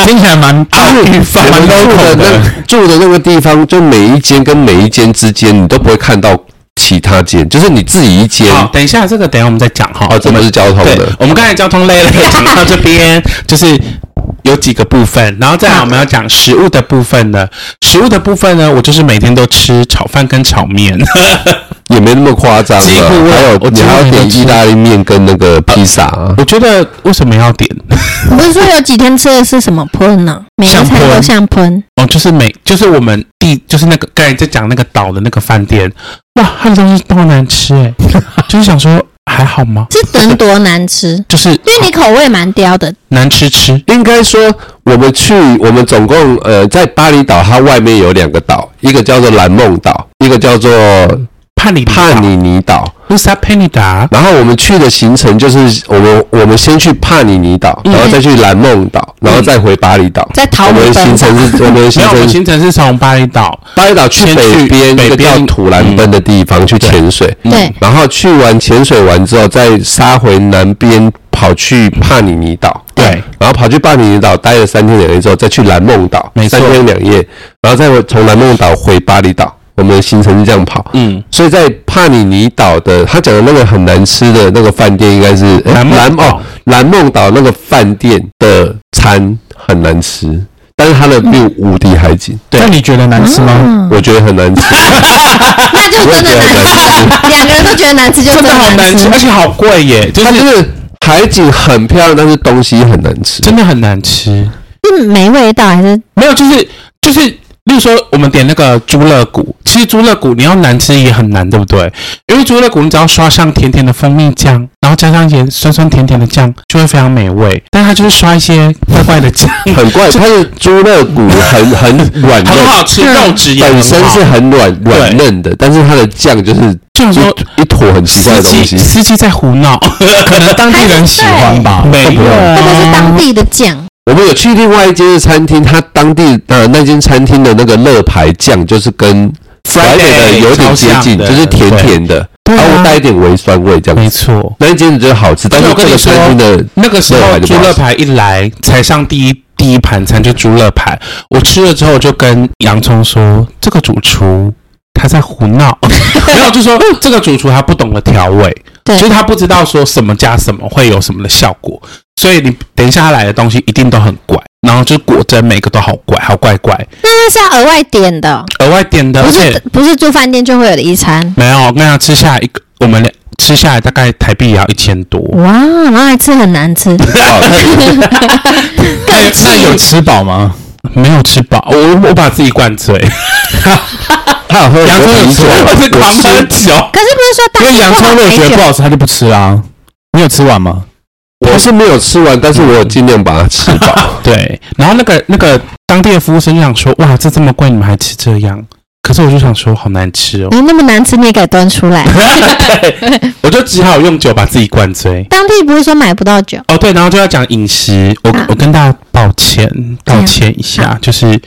D: 听起来蛮
B: (laughs) 阿玉饭
A: 我
B: 店
A: 们住的那住的那个地方，就每一间跟每一间之间，你都不会看到其他间，就是你自己一间。
B: 好，等一下，这个等一下我们再讲哈。
A: 哦，这不是交通
B: 对
A: 的，，
B: 我们刚才交通类了，讲到这边就是有几个部分，然后再来我们要讲食物的部分呢。食物的部分呢，我就是每天都吃炒饭跟炒面，
A: 也没那么夸张
B: 几乎
A: 了。还有
B: 我
A: 你还要点意大利面跟那个披萨啊，
B: 我觉得为什么要点？
C: 你不是说有几天吃的是什么喷呢？每一餐都像喷，
A: (laughs)
B: 哦，就是每就是我们第就是那个欸刚才在讲那个岛的那个饭店，哇，它的东西都好难吃哎、就是想说还好吗？
C: 是能多难吃？
B: 就是
C: 因为你口味蛮刁
A: (laughs)
C: 的，
B: 难吃吃
A: 应该说，我们去，我们总共呃，在巴厘岛，它外面有两个岛，一个叫做蓝梦岛，一个叫做
B: 帕里
A: 帕尼尼岛。
B: 乌萨佩尼达，
A: 然后我们去的行程就是，我们我们先去帕尼尼岛，然后再去蓝梦岛，然后再回巴厘岛。
C: 嗯在桃
A: 我
C: 木
A: 们的
C: 本
A: 行
C: 吧。
A: 程是，我们的
B: 没
A: 行
B: 有，我
A: 程
B: 们
A: 是
B: 行程是从巴厘岛，
A: 巴厘岛去
B: 先
A: 北
B: 去
A: 边
B: 北
A: 一个叫
B: 边
A: 土兰奔的地方去潜水，
B: 嗯
C: 对
A: 然后去完潜水完之后，再杀回南边跑去帕尼尼岛，
B: 对，
A: 然后跑去帕尼尼岛待了三天两夜之后，再去蓝梦岛，
B: 没错
A: 三天两夜，然后再从蓝梦岛回巴厘岛。我们的行程是这样跑，
B: 嗯，
A: 所以在帕尼尼岛的他讲的那个很难吃的那个饭店，应该是诶
B: 蓝梦
A: 蓝
B: 岛
A: 哦蓝梦岛那个饭店的餐很难吃，但是它
B: 嗯
A: 的 view 无敌海景，
D: 那你觉得难吃吗？
A: 我觉得很难吃。
C: 那就真的难吃，两个人都觉得难吃，就
B: 真的好难
A: (laughs)
B: 吃，而且好贵耶，就
A: 它
B: 是
A: 就是海景很漂亮，但是东西很难吃。
B: 真的很难吃。
C: 是没味道还是
B: 没有，就是就是，例如说我们点那个猪肋骨，其实猪肋骨你要难吃也很难，对不对？因为猪肋骨你只要刷上甜甜的蜂蜜酱，然后加上一些酸酸甜甜的酱，就会非常美味。但它就是刷一些怪怪的酱，
A: 很怪，它的猪肋骨
B: (laughs)
A: 很很软
B: 很好
A: 嫩，
B: 吃，
C: 嗯
B: 肉质也很好。
A: 本身是很软软嫩的，但是它的酱就是
B: 就是说
A: 一一坨很奇怪的
B: 司
A: 东
B: 机
A: 西。
B: 司机在胡闹，
D: 可能当地人喜欢吧，
B: 没有
D: 会不会？
C: 会不会是当地的酱？
A: 啊我们有去另外一间餐厅，它当地呃那间餐厅的那个乐牌酱就是跟 Friday 的有点接近，
B: 超像的
A: 就是甜甜的，
B: 对
A: 然
B: 啊
A: 后带一点微酸味这样
B: 没
A: 子。
B: 错。
A: 那一间觉得好吃，但是
B: 我跟
A: 这
B: 你
A: 个
B: 说
A: 餐厅的
B: 那个时
A: 乐
B: 候
A: 牌就不
B: 猪
A: 好
B: 肋
A: 吃
B: 排一来，才上第一第一盘餐就猪肋排。我吃了之后就跟洋葱说，这个主厨他在胡
A: (laughs)
B: 闹，没有就说这个主厨他不懂得调味，
A: 嗯
C: 对
B: 就是他不知道说什么加什么会有什么的效果，所以你等一下他来的东西一定都很怪。然后就果真每个都好怪，好怪怪，
C: 那是要额外点的哦，
B: 额外点的，而
C: 不
B: 且
C: 是不是住饭店就会有的一餐。
B: 没有，我跟他吃下来一个，我们俩吃下来大概台币也要一千多，
C: 哇，然后还吃很难
A: (laughs)
C: 吃，
A: 好
C: (laughs) 更
D: 那有
C: 气。
D: 吃饱吗？
B: 没有吃饱，我我把自己灌醉。
A: 它好喝
B: 洋葱有
A: 很
B: 吃，
A: 多
B: 我是狂喝酒。
C: 可是不是说当
D: 因为
C: 地
D: 洋
C: 不
D: 葱
C: 好
D: 如果
C: 买
D: 觉得不
C: 酒？
D: 好吃，他就不吃啦。你有吃完吗？
A: 我是没有吃完，但是我
B: 嗯
A: 有尽量把它吃饱。
B: (laughs) 对，然后那个那个当地的服务生就想说，哇，这这么贵，你们还吃这样？可是我就想说，好难吃哦，
C: 没那么难吃，你也敢端出
B: (laughs)
C: 来？
B: 我就只好用酒把自己灌醉。
C: 当地不是说买不到酒，
B: 哦，对，然后就要讲饮食，我、
C: 啊
B: 我跟大家抱歉，道歉一下，
C: 啊
B: 就是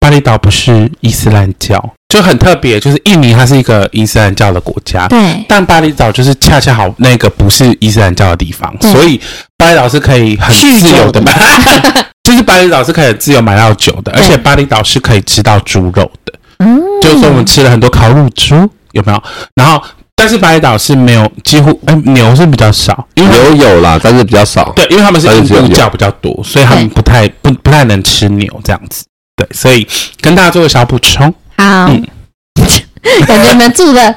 B: 巴厘岛不是伊斯兰教，就很特别，就是印尼它是一个伊斯兰教的国家，
C: 对，
B: 但巴厘岛就是恰恰好那个不是伊斯兰教的地方，
A: 嗯
C: 对
B: 所以巴厘岛是可以很
C: 酗
B: 自由
C: 酒
B: 的
C: 的
B: 买，就是巴厘岛是可以很自由买到酒的，而且
C: 对
B: 巴厘岛是可以吃到猪肉的，
C: 嗯，
B: 就是说我们吃了很多烤乳猪，有没有？然后但是巴厘岛是没有，几乎哎、牛是比较少，因为他们
A: 牛有啦，但是比较少。
B: 对，因为他们是
A: 还是
B: 印
A: 只有
B: 度
A: 牛
B: 教比较多，所以他们
C: 对
B: 不太不不太能吃牛这样子。对，所以跟大家做个小补充，
C: 好，
B: 嗯
C: (laughs) 感觉你们
B: (laughs)
C: 住的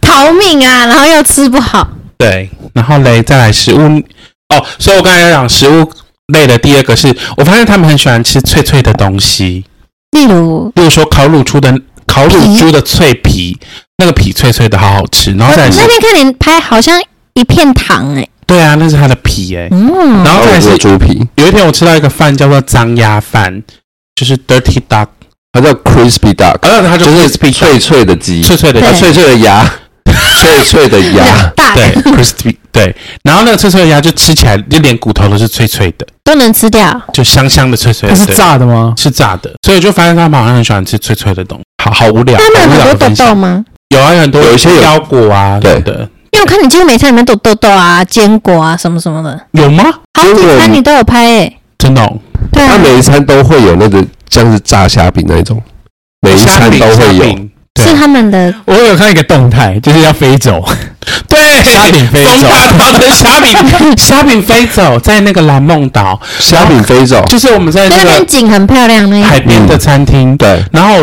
C: 逃命啊，然后又吃不好，
B: 对，然后嘞，再来食物哦，所以我刚才讲食物类的第二个是，我发现他们很喜欢吃脆脆的东西，
C: 例如。
B: 例如说烤乳猪的烤乳猪的脆皮，那个皮脆脆的，好好吃。然后再来是
C: 那，天看你拍好像一片糖哎、
B: 对啊，那是它的皮哎、
C: 嗯，
B: 然后
A: 然后
B: 再来
A: 我
B: 是
A: 有猪皮，
B: 有一天我吃到一个饭叫做脏鸭饭，就是 dirty duck，
A: 它叫 crispy duck，
B: 呃，它就
A: 就是是
B: crispy
A: 脆脆的鸡，
B: 脆脆的
A: 啊
C: 对
A: 脆脆的牙，
B: (laughs)
A: 脆脆的牙。
C: 大
B: 对 crispy 对，然后那个脆脆的鸭就吃起来就连骨头都是脆脆的，
C: 都能吃掉，
B: 就香香的脆脆
D: 它
B: 的，
D: 是
B: 对
D: 炸的吗？
B: 是炸的，所以就发现他们好像很喜欢吃脆脆的东西， (laughs) 好好无聊，
C: 他们有
B: 好无聊
C: 很
B: 的
C: 多
B: 分
C: 痘
B: 享
C: 痘吗？
B: 有啊，有很多
A: 有一些有
B: 腰果啊，
A: 对
B: 什么的，
C: 因为我看你几乎每餐里面都有痘痘啊、坚果啊什么什么的，
B: 有吗？
C: 好几餐你都有拍诶、
B: 真的哦、
C: 对
A: 它
C: 啊，
A: 每一餐都会有那个像是炸虾饼那一种，每一餐都会
B: 虾
A: 有。
B: 饼。
C: 是
B: 对
C: 他们的
D: 我有看一个动态，就是要飞走，
B: (laughs) 对，
D: 虾饼飞走
B: 风大道的虾饼， (laughs) 虾饼飞走在那个蓝梦岛，
A: 虾饼飞走，
B: 就是我们在
C: 对
B: 那
C: 那边
B: 个
C: 景很漂亮那
B: 海
C: 个，
B: 边的餐厅。
A: 对，
B: 然后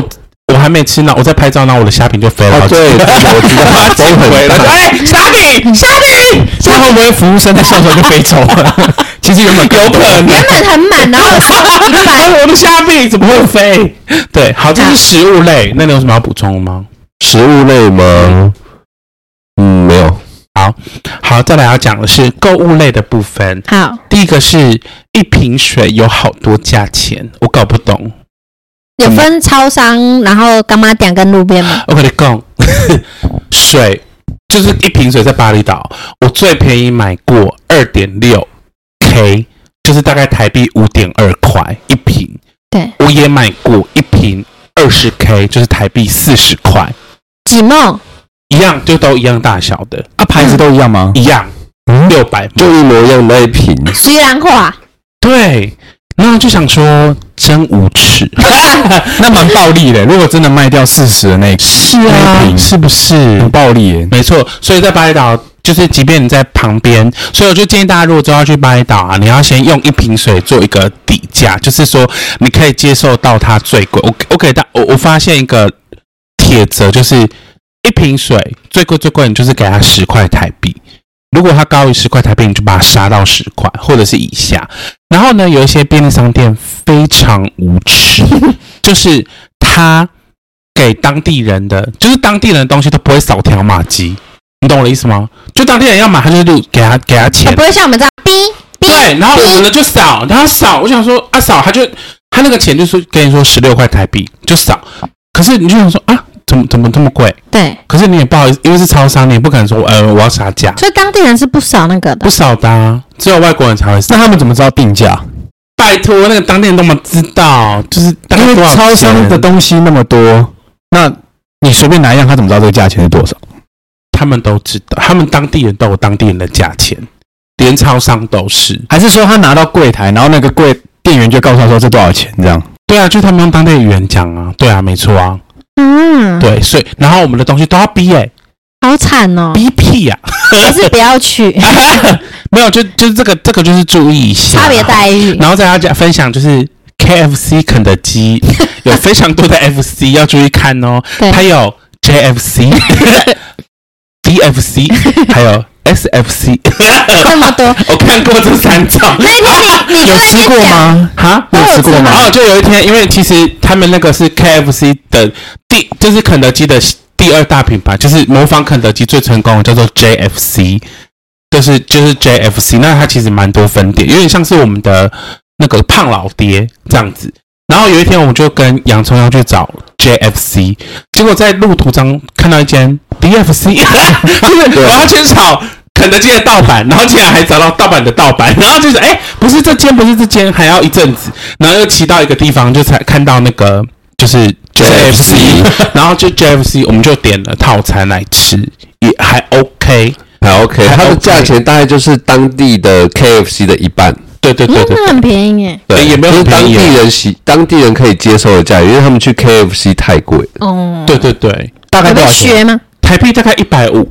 B: 我还没吃呢，我在拍照，然后我的虾饼就飞了
A: 哦
B: 好几，
A: 对，我知道
B: (laughs)
A: 风很
B: 回来，
A: 大，
B: 哎，虾饼，虾饼，
D: 最后不会服务生在笑时候就飞走
B: (laughs)
D: 了。其实原本
B: 有可能
C: 原本很满，然后一百，
B: 哎，我的虾饼怎么会飞？对，好，这是食物类，那你有什么要补充的吗？
A: 食物类吗？嗯，没有。
B: 好，好好，再来要讲的是购物类的部分。
C: 好，
B: 第一个是一瓶水有好多价钱，我搞不懂。
C: 有分超商，然后干妈店跟路边嘛。
B: 我跟你讲， (laughs) 水就是一瓶水在巴厘岛，我最便宜买过二点六 K，就是大概台币五点二块一瓶。
C: 对，
B: 我也买过一瓶二十 K，就是台币四十块，
C: 几梦
B: 一样就都一样大小的，
D: 啊，牌子都一样吗？
B: 一样
D: 嗯，
B: 六百
A: 就一模一样那一
B: (laughs)
A: 瓶，
C: 虽然话，
B: 对，然后就想说真无耻，
D: (laughs) 那蛮暴力的。如果真的卖掉四十的那一嗯个，
B: 是
D: 啊
B: 是不是
D: 很？暴力耶。
B: 没错，所以在巴厘岛，就是即便你在旁边，所以我就建议大家，如果之后要去巴厘岛啊，你要先用一瓶水做一个底价，就是说你可以接受到它最贵。我我给大我我发现一个铁则，就是一瓶水最贵最贵，你就是给它十块台币。如果它高于十块台币，你就把它杀到十块或者是以下。然后呢，有一些便利商店非常无耻， (laughs) 就是它给当地人的，就是当地人的东西都不会扫条码机，你懂我的意思吗？就当地人要买，他就录给他给他钱
C: 不，会像我们这样逼逼
B: 对，然后
C: 逼
B: 我们呢就扫，然后扫，我想说啊扫，他就他那个钱就是跟你说十六块台币就扫，可是你就想说啊怎么怎么这么贵？
C: 对，
B: 可是你也不好意思，因为是超商，你也不敢说呃我要杀价，
C: 所以当地人是不少那个的
B: 不。扫的、啊，只有外国人才会扫。
D: 那他们怎么知道定价？
B: 拜托，那个当地人都没知道，就是大概
D: 因为
B: 多少
D: 超商
B: 钱
D: 的东西那么多，那你随便拿一样，他怎么知道这个价钱是多少？
B: 他们都知道，他们当地人都有当地人的价钱，连超商都是。
D: 还是说他拿到柜台，然后那个柜店员就告诉他说这多少钱这样？
B: 对啊，就他们用当地语言讲啊，对啊，没错啊，
C: 嗯，
B: 对，所以然后我们的东西都要逼哎、
C: 好惨 (laughs) 哦，
B: 逼屁啊呀、
C: (laughs) 还是不要去，
B: 没有，就就是这个这个就是注意一下
C: 差别待遇。 (laughs)
B: 然后再要讲分享就是 KFC 肯德
C: (laughs)
B: 基有非常多的 FC 要注意看哦，
C: 对
B: 它有 (laughs) JFC、DFC 还有
C: (laughs)
B: SFC，
C: 这么多，
B: 我看过这三种。
C: 那 (laughs) 天你你
D: 有吃过吗？
B: 哈，
D: 有吃过
B: 然
D: 吗？
B: 哦后就有一天，因为其实他们那个是 KFC 的第，就是肯德基的第二大品牌，就是模仿肯德基最成功的叫做 JFC，就是就是 JFC。那它其实蛮多分店，有点像是我们的那个胖老爹这样子。然后有一天，我们就跟洋葱要去找 JFC，结果在路途中看到一间 (laughs) DFC，就是我要去找肯德基的盗版，然后竟然还找到盗版的盗版，然后就是哎、不是这间，不是这间，还要一阵子，然后又骑到一个地方，就才看到那个就是就是 FC，然 (laughs) 后就 JFC，我们就点了套餐来吃，也还 OK，
A: 还 OK，
B: 还
A: 它的
B: OK
A: 价钱大概就是当地的 KFC 的一半，
B: 对对对
C: 嗯，
B: 对
C: 那很便宜耶。
A: 对，
B: 也没有
A: 就是
B: 很
A: 当
B: 便宜
A: 地
B: 啊
A: 人喜当地人可以接受的价，因为他们去 KFC 太贵了，
C: 哦，
B: 对对对，
D: 大概
C: 有
D: 多
C: 被
D: 少钱？
C: 削吗？
B: 台币大概一百五，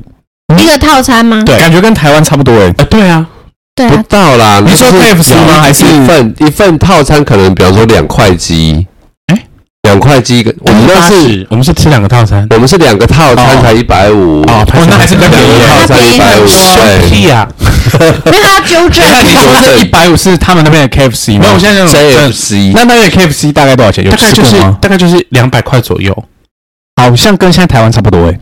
C: 一个套餐吗？
B: 对
D: 感觉跟台湾差不多诶。
B: 呃，对啊，
C: 对
A: 不
C: (laughs) 啊，
A: 到啦。
D: 你说
A: 就是
D: KFC 吗
A: 两
D: 还是
A: 一份一份套餐？可能比方说两块鸡，
B: 哎
A: 两块鸡一个，我们那是
B: 80我们是吃两个套餐，
A: 我们是两个套餐才一百五，
B: 哦
A: 两
B: 拍
D: 哦，那还是比较便宜
A: 个
D: 耶。
A: 套餐一百五，
B: 凶屁
A: 对
B: 呀、
C: 没有他纠 (laughs)
D: (laughs)
C: 正。
D: 那你说这一百五是他们那边的 KFC 吗？
B: 没有，我现在想
A: ，JFC
D: 那那边的 KFC 大概多少钱？有
B: 大概
D: 吃
B: 就
D: 过
B: 是
D: 吗？
B: 大概就是两百块左右，
D: 好像跟现在台湾差不多诶。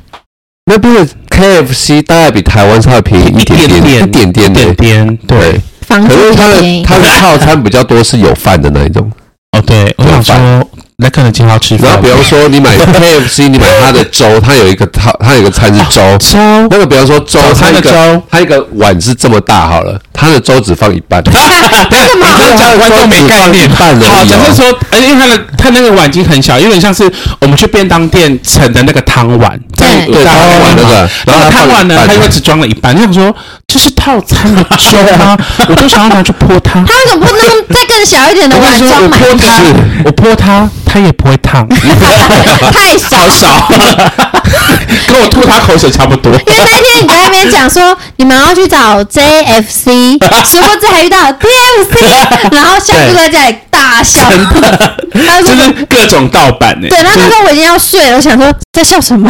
A: 那边的 KFC 大概比台湾稍微便宜一点点，一点点
B: 一点
A: 的，
B: 点，对
A: 对。。
C: 房
A: 可是
C: 租
A: 它
C: 比较便
A: 的
C: 宜，
A: 它的套餐比较多是有饭的那一种，
B: 哦，对，我想说，那肯德基要吃
A: 然
B: 饭
A: 后比，方说你买
B: (laughs)
A: KFC，你买它的粥，它有一个套，它有一个餐是粥，
B: 啊粥
A: 那个比方说粥，
B: 早
A: 它
B: 餐
A: 一
B: 的
A: 个
B: 粥，
A: 它一个碗是这么大好了，它的粥只放一
B: (laughs)
A: 半，
C: (laughs)
B: 为什
A: 你这样讲观众没概念
B: 好，
A: 哦
B: 假设说，呃因为它的它那个碗已经很小，有点像是我们去便当店盛的那个汤碗，在
C: 对
A: 对
B: 大
A: 汤碗那个
B: 然
A: 然后它
B: 后汤碗呢，
A: 放一半
B: 它又只装了一半。就想说，这是套
A: (laughs)
B: 餐的粥
D: (laughs)
B: 吗？我就想要拿去泼它。
C: 他为什么不弄再更小一点的
B: 我
C: 碗
B: 跟你说，
C: 装
B: 我
C: 满？
B: 泼它
A: 是，
B: 我泼它，它也不会烫，
C: (laughs) 太少
B: 好少， (laughs) 跟我吐它口水差不多。
C: (laughs) 因为那天你在那边讲说你们要去找
B: (laughs)
C: JFC，殊不知还遇到 DFC，然后香猪在家里大笑， (laughs) 他
B: 就
C: 说
B: 是各种盗版欸呢、
C: 对，然后他说我已经
B: (laughs)
C: 要睡了，我想说在笑什么？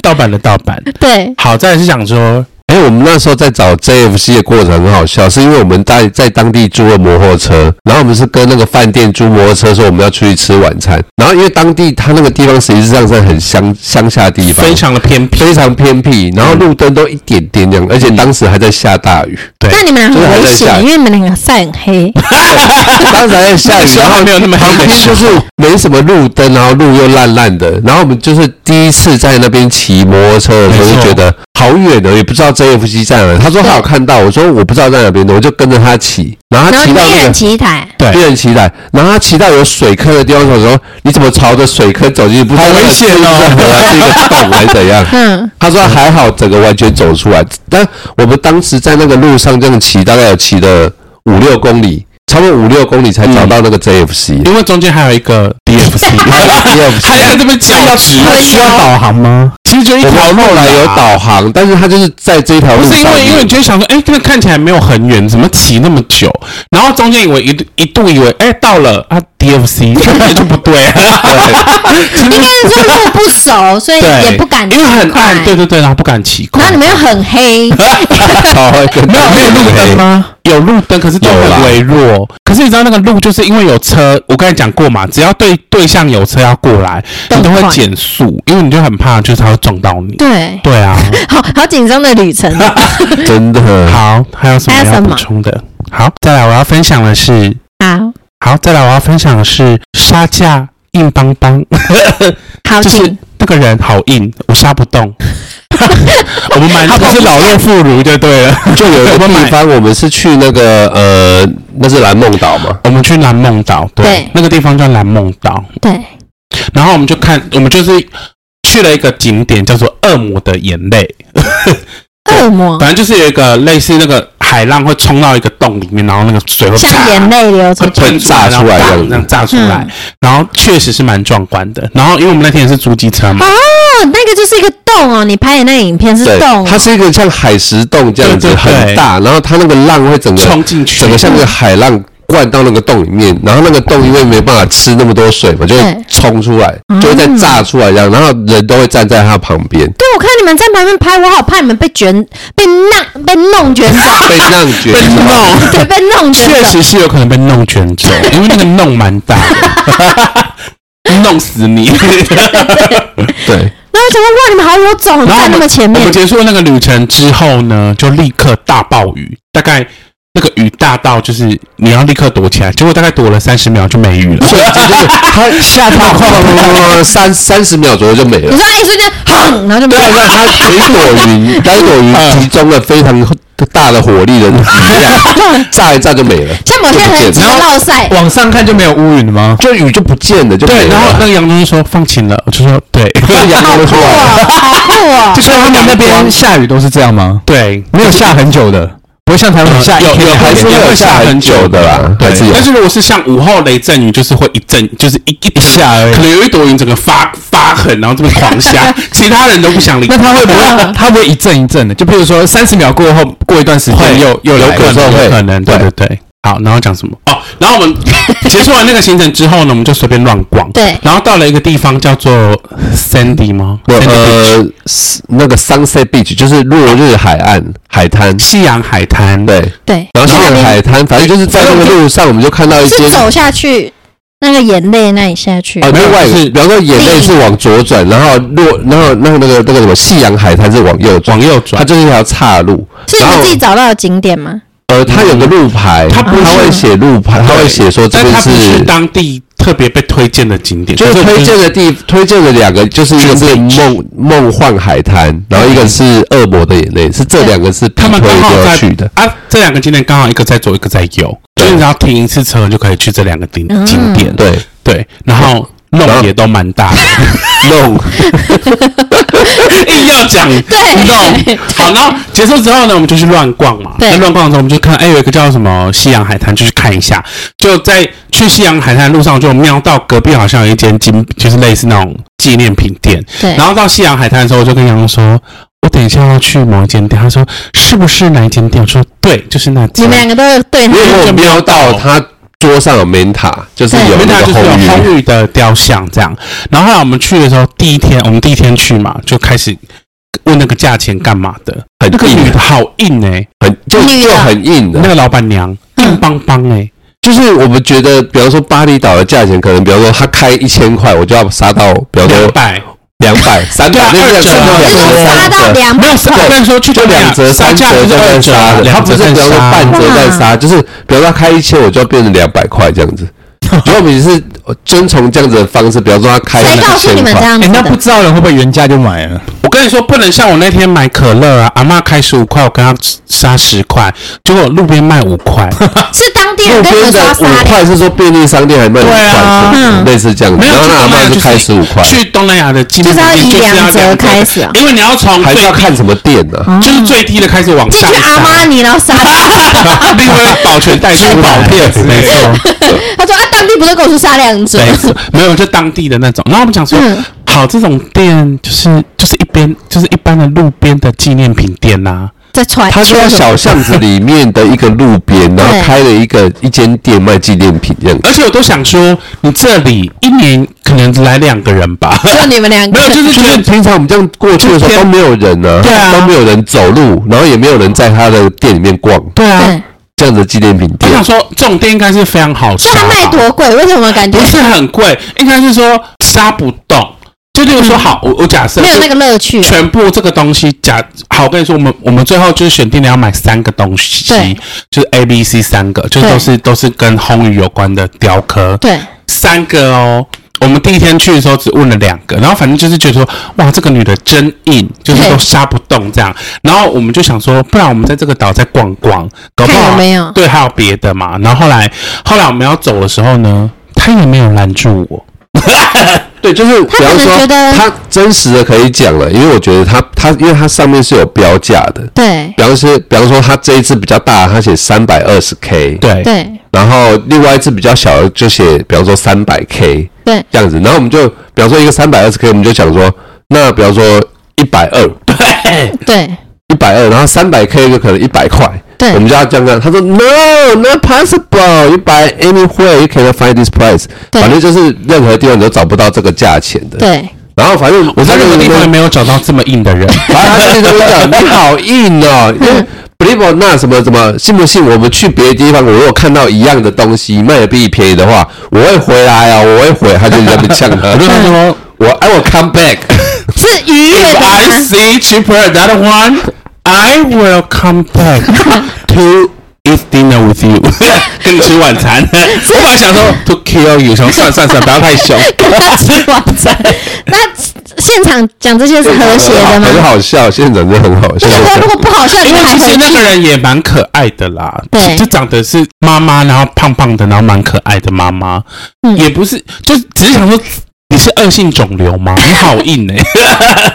B: 盗版的盗版。
C: 对，
B: 好，再来是想说
A: 哎、我们那时候在找 JFC 的过程很好笑，是因为我们在在当地租了摩托车，然后我们是跟那个饭店租摩托车，说我们要出去吃晚餐。然后因为当地它那个地方实际上是很乡乡下地方，
B: 非常的偏僻。
A: 非常偏僻，然后路灯都一点点亮，而且当时还在下大雨，
B: 对
C: 那你们俩很
A: 就是还
C: 危
A: 在下
C: 险，因为你们两个晒很黑，
A: (laughs) 当时还在下
B: 那
A: 雨，
B: 时候
A: 然后
B: 还没有那么
A: 旁
B: 黑
A: 边
B: 的时
A: 就
B: 候
A: 是没什么路灯，然后路又烂烂的，然后我们就是第一次在那边骑摩托车的时候，
B: 没
A: 就
B: 错
A: 觉得好远哦的，也不知道 JFC 在哪。他说他有看到，我说我不知道在哪边的，我就跟着他骑，然后
C: 然
A: 他
C: 后
A: 骑
C: 你
A: 到
C: 一
A: 那
C: 人
A: 个。
C: 骑一台，
D: 对
A: 猎人骑来，然后他骑到有水坑的地方的时候，你怎么朝着水坑走进去？不知道
D: 好危险哦
A: 是不是
B: (laughs)
A: 河啊是一个洞还是怎样？
C: 嗯，
A: 他说还好，整个完全走出来。但我们当时在那个路上这样骑，大概有骑了五六公里，差不多五六公里才找到那个
B: 嗯 (laughs)
A: JFC。
B: 因为中间还有一个 DFC，还在这边叫值，
D: 那需要导航吗？其实就一
A: 我
D: 条
A: 们
D: 路
A: 后来有导航，但是他就是在这条路
B: 不
A: 上
B: 是
A: 面，
B: (laughs) 因为，因为你就会想说，哎、这个看起来没有很远，怎么骑那么久？然后中间以为一度一度以为，哎、到了啊，DFC 那就不对啊，
C: 应该是说路不熟，所
B: (laughs)
C: 以
B: 对，
C: 也不敢骑
B: 因为很
C: 快
B: 暗，对对对，然后不敢骑快。
C: 然后你们又很黑，
B: (laughs)
A: 超会跟
B: 没有没有路灯吗？有路灯，可是就
A: 有啦
B: 很微弱。可是你知道那个路，就是因为有车，我刚才讲过嘛，只要对对向有车要过来，
C: 都
B: 你
C: 很
B: 都会
C: 快
B: 减速，因为你就很怕，就是它会撞到你。
C: 对，
B: 对啊，
C: 好好紧张的
B: (laughs)
C: 旅程，
A: 真的
B: 好，还有什
C: 还有
B: 么要
C: 什
B: 补
C: 么
B: 充的？好，再来我要分享的是
C: 好
B: 好，再来我要分享的是杀价硬邦邦，
C: 好
B: 就是
C: 紧，
B: 那个人好硬，我杀不动。我们蛮
D: 他不是老弱妇孺就对了。
A: 就有一个地方，我们是去那个呃，那是蓝梦岛嘛，
B: 我们去蓝梦岛，对，
C: 对
B: 那个地方叫蓝梦岛，
C: 对，
B: 然后我们就看，我们就是去了一个景点叫做《恶魔的眼泪》，
C: 恶魔
B: 反正就是有一个类似那个海浪会冲到一个洞里面，然后那个水会啪
C: 像眼泪流出
B: 会
C: 去，
B: 喷
A: 炸出来
B: 然后
A: 这样
B: 砰
A: 子
B: 这样炸出来
C: 嗯，
B: 然后确实是蛮壮观的。然后因为我们那天也是租机车
C: (laughs)
B: 嘛，
C: 哦，那个就是一个洞哦，你拍的那个影片是
A: 对
C: 洞哦，，
A: 它是一个像海石洞这样子，
B: 对对对
A: 很大，然后它那个浪会整个
B: 冲进去
A: 整个像那个海浪灌到那个洞里面，然后那个洞因为没办法吃那么多水嘛，就会
C: 对
A: 冲出来，就会再炸出来这样，然后人都会站在它旁边
C: 对，我看你们在旁边拍，我好怕你们被卷、被弄、被弄卷走，
A: 被浪卷
B: (laughs) 被
A: 走。
B: 弄。
C: (laughs) 对，被弄卷
B: 确
C: 走。
B: 实是有可能被弄卷走，因为那个弄蛮大
C: (laughs)
B: 的，弄死你。
A: 对，
C: 然后我想说，哇，你们好有种，
B: 然后我
C: 站
B: 们
C: 那么前
B: 我
C: 面
B: 们，结束那个旅程之后呢，就立刻大暴雨，大概那个雨大到就是你要立刻躲起来，结果大概躲了三十秒就没雨了。
A: 所以这就是它下到三三十秒左右就没
C: 你
A: 了。
C: 说哎，瞬间
B: (laughs)
C: 哼，然后就没
A: 对，
C: 了。
A: 那它一朵云，它一朵云集中了非常大的火力的能量，炸一炸就没了，
C: 像某些人
A: 就不
C: 只
A: 见了
C: 能落晒，
D: 往上看就没有乌云了吗？
A: 就雨就不见了，就没
B: 对，然后
A: 了
B: 那。个杨东说放晴了，我就说对 (laughs)
A: 阳光出来了。
C: 好酷哦！
D: 就是他们那边下雨都是这样吗？
B: 对，
D: 没有下很久的，不会像台湾下一
A: 有
D: 天
A: 有
D: 两
A: 还是
D: 天
A: 会有下很久的啦，还是有
B: 但。是如果是像午后雷阵雨，就是会一阵，就是一一
D: 下而已
B: 可能有一朵云整个发发狠，然后这么狂 (laughs) 下，其他人都不想理。
D: 那它会不 (laughs) 会？它会一阵一阵的？就比如说三十秒过后，过一段时
B: 会
D: 间又又
B: 有
D: 来
B: 可
D: 了
B: 能，有可能，对对
D: 对
B: 对。好，然后讲什么？哦，然后我
A: (laughs)
B: 们结束完那个行程之后呢，我们就随便乱逛。
C: 对
B: 然后到了一个地方叫做 Sandy 吗？
A: 不
B: Sandy Beach，
A: 呃，是那个 Sunset Beach 就是落日海岸海滩，
B: 夕阳海滩。
A: 对，
C: 对，
A: 然后
C: 去
A: 那
C: 那
A: 个
C: 边
A: 海滩，反正就是在那个路上，我们就看到一些
C: 是走下去，那个眼泪那里下去，
A: 啊，
B: 没有
A: 另外
B: 就是
A: 然后眼泪是往左转，然后落，然后那个那个那个什么夕阳海滩是往右转，
B: 往右转
A: 它就是一条岔路，
C: 是你
A: 然
C: 们
A: 后
C: 自己找到的景点吗？
A: 呃，它有个路牌，
B: 它不是
A: 它会写路牌，它会写说这
B: 但
A: 边
B: 它不是
A: 是。
B: 当地特别被推荐的景点，
A: 就是推荐的地，推荐的两个，就是一个是梦梦幻海滩，然后一个是恶魔的眼泪，是这两个是必
B: 他
A: 推
B: 们刚
A: 一
B: 好
A: 定要
B: 在
A: 去的。
B: 啊，这两个景点刚好一个在左，一个在右，就是你只要停一次车就可以去这两个景景点。
A: 对，
B: 对，然后弄也都蛮大的，
A: (laughs) 弄
B: 硬要讲
C: 对
B: 弄。好，然后结束之后呢，我们就去乱逛嘛。
C: 对
B: 那乱逛的时候，我们就看，哎，有一个叫什么夕阳海滩，就去看一下。就在去夕阳海滩的路上，就瞄到隔壁好像有一间金，就是类似那种纪念品店。
C: 对
B: 然后到夕阳海滩的时候，我就跟杨洋说。我等一下要去某一间店，他说是不是哪一间店？我说对，就是那
C: 你
B: 间。
C: 们两个都有对
A: 因
C: 他
A: 为我瞄到他桌上有 menta，就是有
B: 因为
A: 那
B: 它
A: 个
B: 就是
A: 红
B: 有
A: 鱼，
B: 红宇的雕像这样。然后后来我们去的时候，第一天我们第一天去嘛，就开始问那个价钱干嘛的？
A: 很
B: 那个女
A: 硬
B: 的
A: 啊，
B: 好硬哎、
A: 很就
C: 女的
A: 就很硬的嗯
B: 那。个老板娘硬邦邦哎、
A: 就是我们觉得，比方说巴厘岛的价钱，可能比方说他开一千块，我就要杀到，比方说
B: 两百。
A: 两百、三百，
B: 对啊
A: 那
B: 二
A: 个
B: 折啊
C: 这
A: 两
C: 种
A: 折
C: 杀到
A: 三折
C: 两
B: 没有杀，我啊跟你说，去
A: 就两折、
B: 杀
A: 三折
B: 价不
A: 都
B: 是
A: 在
B: 二折啊
A: 杀，，他
B: 两
A: 不
B: 折
A: 是
B: 在
A: 比方说
B: 杀。
A: 半折在杀，就是比方说他开一千，我就要变成两百块这样
B: (laughs)
A: 子。如果你是遵从这样子的方式，比方说他开
C: 谁告
A: 一
C: 诉
A: 千
C: 你们这
A: 块，
C: 样
D: 哎、
C: 子
D: 那不
C: 的？
D: 知道的人会不会原价就买啊了？
B: 我跟你说，不能像我那天买可乐啊，阿妈开十五块，我跟她杀十块，结果路边卖五块，
A: (laughs)
C: 是当地人
A: 路
C: 跟你
A: 边的
C: 们说要杀嗯
A: 五
C: 你，
A: 块是说便利商店还卖五
B: 对啊
A: 块，类似这样子。
B: 没有
A: 然后那阿
B: 东南亚
A: 妈
B: 就
A: 就是开十五块，
B: 去东南亚的基本
C: 就是要
B: 上
C: 以两折开始啊
B: 因为你要从
A: 还
B: 最
A: 是要看什么店啊呢？
C: 嗯
B: 就是最低的开始往
C: 进
B: 上
C: 去阿
B: 杀
C: 玛尼然后杀他。
B: (laughs) 另外保全带出
A: 珠宝店
B: 之类的
A: 没错，
C: 他说啊，当地不是跟我说杀两折？
B: (laughs) 对，是没有就当地的那种。然后我们讲说
C: 嗯，
B: 好，这种店就是就是一边就是一般的路边的纪念品店啊呐，
C: 再踹，
A: 他就在小巷子里面的一个路边，然后
C: 对
A: 开了一个一间店卖纪念品这样子。
B: 而且我都想说，你这里一年可能来两个人吧，
C: 就你们两个
B: 没有就是
A: 就
B: 觉
A: 是
B: 得。
A: 平常我们这样过去的时候都没有人呢、
B: 啊对啊
A: 都没有人走路，然后也没有人在他的店里面逛，
B: 对啊，
C: 对，
A: 这样子纪念品
B: 我
A: 店
B: 想说这种店应该是非常好
C: 所
B: 杀
C: 以
B: 吧，
C: 他卖多贵？为什么感觉
B: 不是很贵，应该是说杀不动。就例如说，好，我我假设
C: 没有
B: 就
C: 那个乐趣？
B: 全部这个东西假好，我跟你说，我们我们最后就是选定了要买三个东西
C: 对，
B: 就是 A、B、C 三个，就是都是都是跟烘鱼有关的雕刻，
C: 对，
B: 三个哦。我们第一天去的时候只问了两个，然后反正就是觉得说，哇，这个女的真硬，就是
C: 对
B: 都杀不动这样。然后我们就想说，不然我们在这个岛再逛逛，搞不
C: 看
B: 好
C: 有没有
B: 对还有别的嘛。然后后来后来我们要走的时候呢，她也没有拦住我，
A: 对，就是比
C: 他可
A: 方
C: 能觉
A: 说
C: 得
A: 他真实的可以讲了，因为我觉得他他因为他上面是有标价的，
C: 对，
A: 比方说比方说他这一只比较大，他写三百二十 K，，
B: 对
C: 对，
A: 然后另外一只比较小的就写比方说三百 K
C: 对，
A: 这样子，然后我们就比方说一个三百二十 K，我们就想说，那比方说一百二，
C: 对，
A: 一百二，然后三百 K 就可能一百块。
C: 对
A: 我们就要这样干。他说 No, not possible. You buy anywhere, you cannot find this price.
C: 对
A: 反正就是任何地方你都找不到这个价钱的。
C: 对，
A: 然后反正
B: 我在
A: 那
B: 任何地方也没有找到这么硬的人。
A: (laughs) 反正他那个人讲你好硬哦，因为 believe or not 什么什么，信不信我们去别的地方，我如果看到一样的东西卖的比你便宜的话，我会回来啊，我会回，他就在那边呛
B: (laughs)
A: 他，我就说我 I will come back。
C: 是愉悦
B: If
C: 的
B: I
C: (laughs) 吗？
B: see cheaper that one, I will come
C: (laughs)
B: back to eat dinner
A: (laughs)
B: with you，跟你吃晚餐。我本来想 (laughs) 说 to kill you，想说算了算了算了，不要
A: (laughs)
B: 太凶。
C: 跟他吃晚餐，那现场讲这些是和谐的吗？
A: 很好笑，现场真的很好笑
C: 不。是，如果不好笑，你
B: 因为
C: 还
B: 其
C: 回
B: 实那个
C: 去？
B: 人也蛮可爱的啦，
C: 对
B: 就长得是妈妈，然后胖胖的，然后蛮可爱的妈妈，
C: 嗯
B: 也不是，就只是想说你是恶性肿瘤吗？你好硬
C: (laughs) 啊
B: 哎、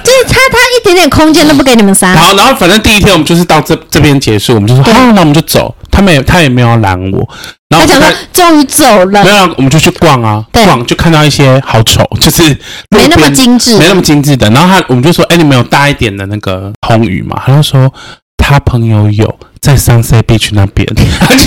C: 就是他，他一点点空间都不给你们杀。
B: 好，然后反正第一天我们就是到这这边结束，我们就说好，那我们就走。他们也他也没有拦我，然后
C: 他
B: 我
C: 讲
B: 们
C: 说
B: 在
C: 终于走
B: (laughs)
C: 了
B: 没，
C: (laughs)
B: 有啊，我们就去逛啊，
C: 对
B: 逛就看到一些好丑，就是路
C: 没
B: 边
C: 那么精致
B: 没那么精致的。然后他我们就说，哎，你们有大一点的那个红鱼嘛？他就说他朋友有在 Sunset Beach 那边， (laughs) 他就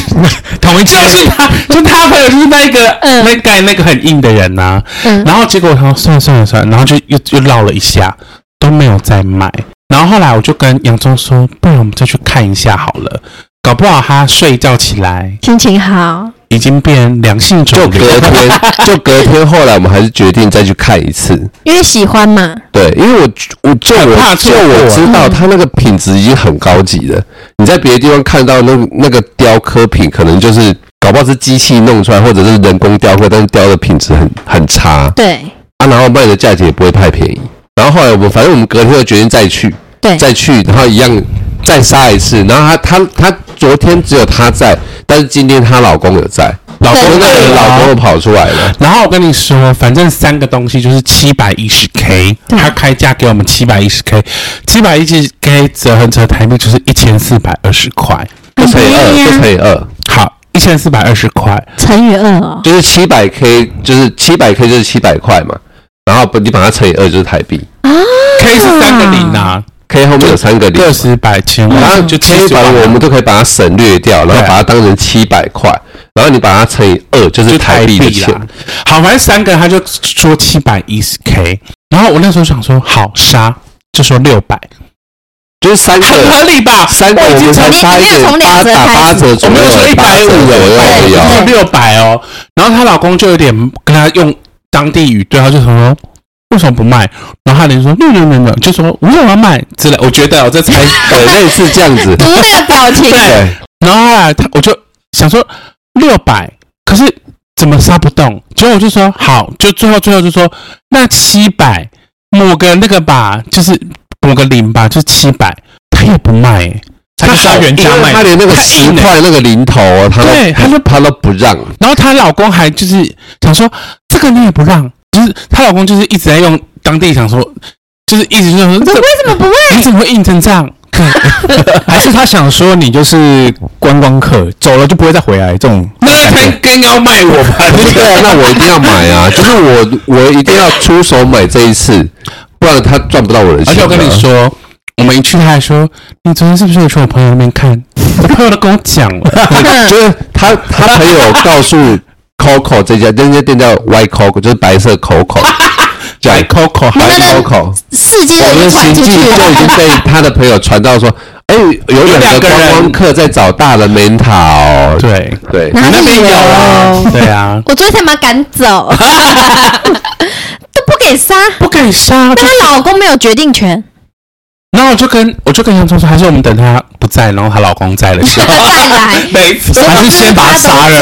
D: 同一家
B: 啊
C: (laughs)
B: 就是他，就他朋友就是那个、
C: 嗯
B: 那盖那个很硬的人呐、
C: 嗯
B: 然后结果他说算了算了算了，然后就又又绕了一下，都没有再卖。然后后来我就跟杨忠说，不然我们再去看一下好了，搞不好他睡觉起来
C: 心情好。
B: 已经变良性
A: 就
B: 肿瘤。 (laughs)
A: 隔天，就隔天，后来我们还是决定再去看一次。
C: 因为喜欢嘛，
A: 对，因为我我就
B: 很怕
A: 我
B: 错
A: 就
B: 过啊嗯
A: 我知道它那个品质已经很高级了。你在别的地方看到那那个雕刻品，可能就是搞不好是机器弄出来，或者是人工雕刻，但是雕的品质很很差
C: 对
A: 啊，然后卖的价钱也不会太便宜。然后后来我们反正我们隔天就决定再去，
C: 对，
A: 再去，然后一样再杀一次。然后她她她昨天只有她在，但是今天她老公有在，老公那
B: 对
A: 个老公又跑出来了。
B: 然后我跟你说，反正三个东西就是七百一十 K，他开价给我们七百一十 K，七百一十 K 折合成台币就是一千四百二十块。
A: 不乘以
C: 很便
A: 二，不乘以
C: 宜啊
A: 二，
B: 好，一千四百二十块，
C: 乘以二哦，
A: 就是七百 K，就是七百 K 就是七百块嘛，然后不你把它乘以二就是台币
B: 可以是三个零啊，
A: ，K 后面有三个零
B: 六
A: 嘛，
B: 十百千
A: 然后
B: 万，
A: 就
B: 就
A: 嗯 K
B: 七
A: 版我们都可以把它省略掉，然后
B: 对
A: 把它当成七百块，然后你把它乘以二就是
B: 就
A: 台
B: 台
A: 币的
B: 币
A: 钱
B: 啦，。好，反正三个他就说七百一十 K，然后我那时候想说好杀，就说六百，
A: 就是三个
B: 很合理吧？
A: 三个
B: 我已
A: 我
B: 经
A: 们
B: 从
A: 才
C: 你
A: 八
C: 你没有
A: 点
C: 从
A: 八
C: 两折
A: 打
C: 开
A: 八
C: 始
A: 折左
B: 我
A: 右，
B: 们说一百五
A: 左右而已
C: 对
A: 啊
C: 对。
B: 六百哦。然后她老公就有点跟她用当地语对，她就说为什么不卖？然后她连说没有没有没有没有，就说我有要卖之类。我觉
D: 哦
B: 得我这才
A: 对，类似这样子
C: 毒的表情，
B: 对。
A: 对，
B: 然后后来她我就想说六百，可是怎么杀不动？结果我就说好，就最后最后就说那七百抹个那个吧，就是抹个零吧，就是七百，她也不卖、欸。
D: 他就是要原价卖
A: 他
D: 的，
A: 连那个
B: 太
A: 十
B: 硬了
A: 块那个零头啊，他
B: 对他
A: 都
B: 就
A: 他都不让，
B: 然后她老公还就是想说，这个你也不让，就是她老公就是一直在用当地想说，就是一直就 (laughs) 说，
C: 你
B: 这
C: 为什么不
B: 你
C: 卖？
B: 怎么会硬成这 (laughs) 样？看
D: 还是他想说你就是观光客，走了就不会再回来这 (laughs) 种
B: 那
D: 感
B: 他
D: 觉。
B: 更要卖我吧？
A: 对啊，那我一定要买
B: (laughs)
A: 啊，就是我我一定要出手买这一次，不然他赚不到我的钱。啊
B: 而且我跟你，说，我们一去，他还说，你昨天是不是有去我朋友那边看？我朋友都跟我讲 (laughs) 了，
A: (laughs) 就是他他朋友告诉 Coco 这家那家店叫 White Coco，就是白色
B: (laughs)
A: Coco，讲
B: 来 Coco
C: 你们
A: White
C: 的
A: Coco。
C: 世界
A: 我
C: 都已
A: 们行
C: 经传出
A: 迹
C: 去
A: 就已经
C: 了。
A: 被他的朋友传到说，哎，有两
B: 两
A: 个
B: 个人
A: 观光客在找大人美塔哦。
B: 对
A: (laughs) 对，
C: 哪
B: 那
C: 里
B: 边有啊，对啊，
C: 我昨天才把他赶
A: (laughs)
C: 走，都不给杀。
B: 不敢杀。就
C: 但她老公没有决定权，
B: 然后我就跟我就跟杨聪说，还是我们等她不在，然后她老公在了时候，
C: 再
A: (laughs)
C: 来。
B: (laughs) 没错。
D: 还是先把他杀
B: (laughs)
D: 了，